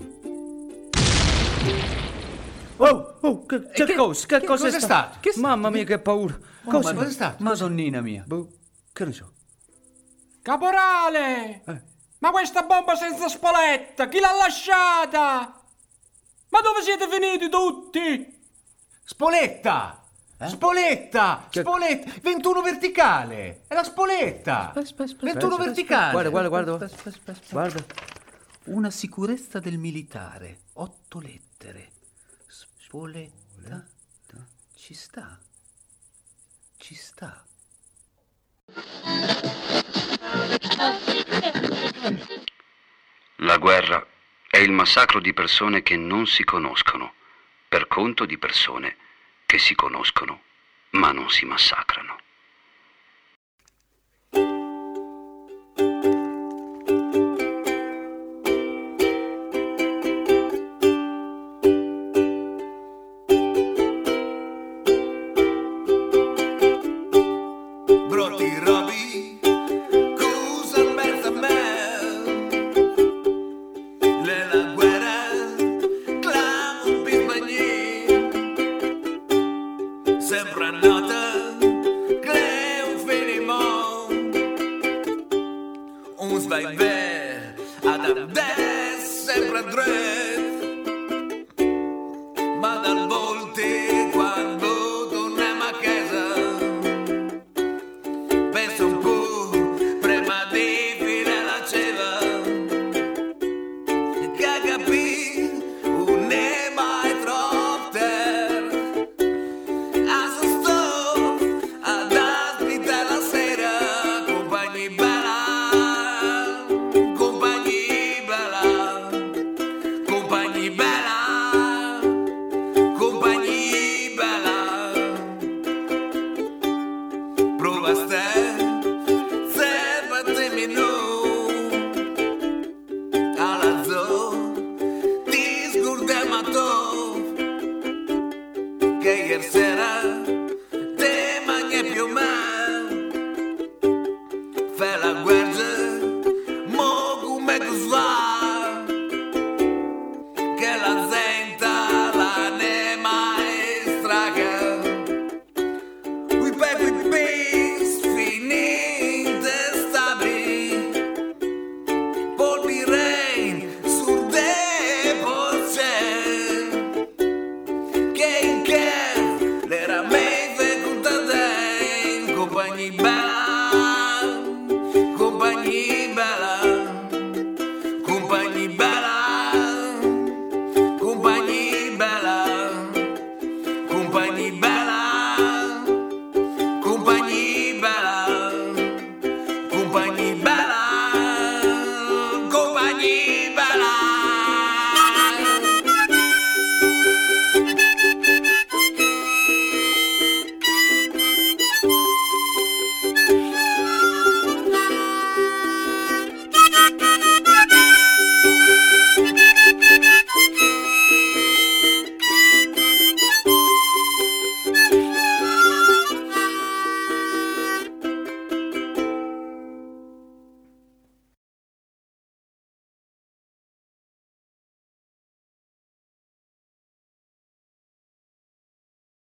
Speaker 9: Oh, oh,
Speaker 6: eh,
Speaker 9: che,
Speaker 4: che cosa? Cioè, Che, cosa è
Speaker 9: cos'è
Speaker 4: stato? Mamma mia, che paura!
Speaker 9: ma cos'è stato? Madonnina mia.
Speaker 4: Che ne so?
Speaker 3: Caporale!
Speaker 6: Eh.
Speaker 3: Ma questa bomba senza spoletta, chi l'ha lasciata? Ma dove siete finiti tutti?
Speaker 6: Spoletta! Spoletta! Spoletta! 21 verticale! È la spoletta! 21 verticale!
Speaker 9: Guarda, guarda, guarda. Guarda. Una sicurezza del militare. Otto lettere. Spoletta. Ci sta. Ci sta.
Speaker 2: La guerra è il massacro di persone che non si conoscono, per conto di persone che si conoscono ma non si massacrano.
Speaker 17: Broti Robi, Cusan Berzabel, Lela Guerra, Clam Bisbagné, Sembra Nota, Cleo Filimon, On se va vers Adam Dess, Sembra Dreux.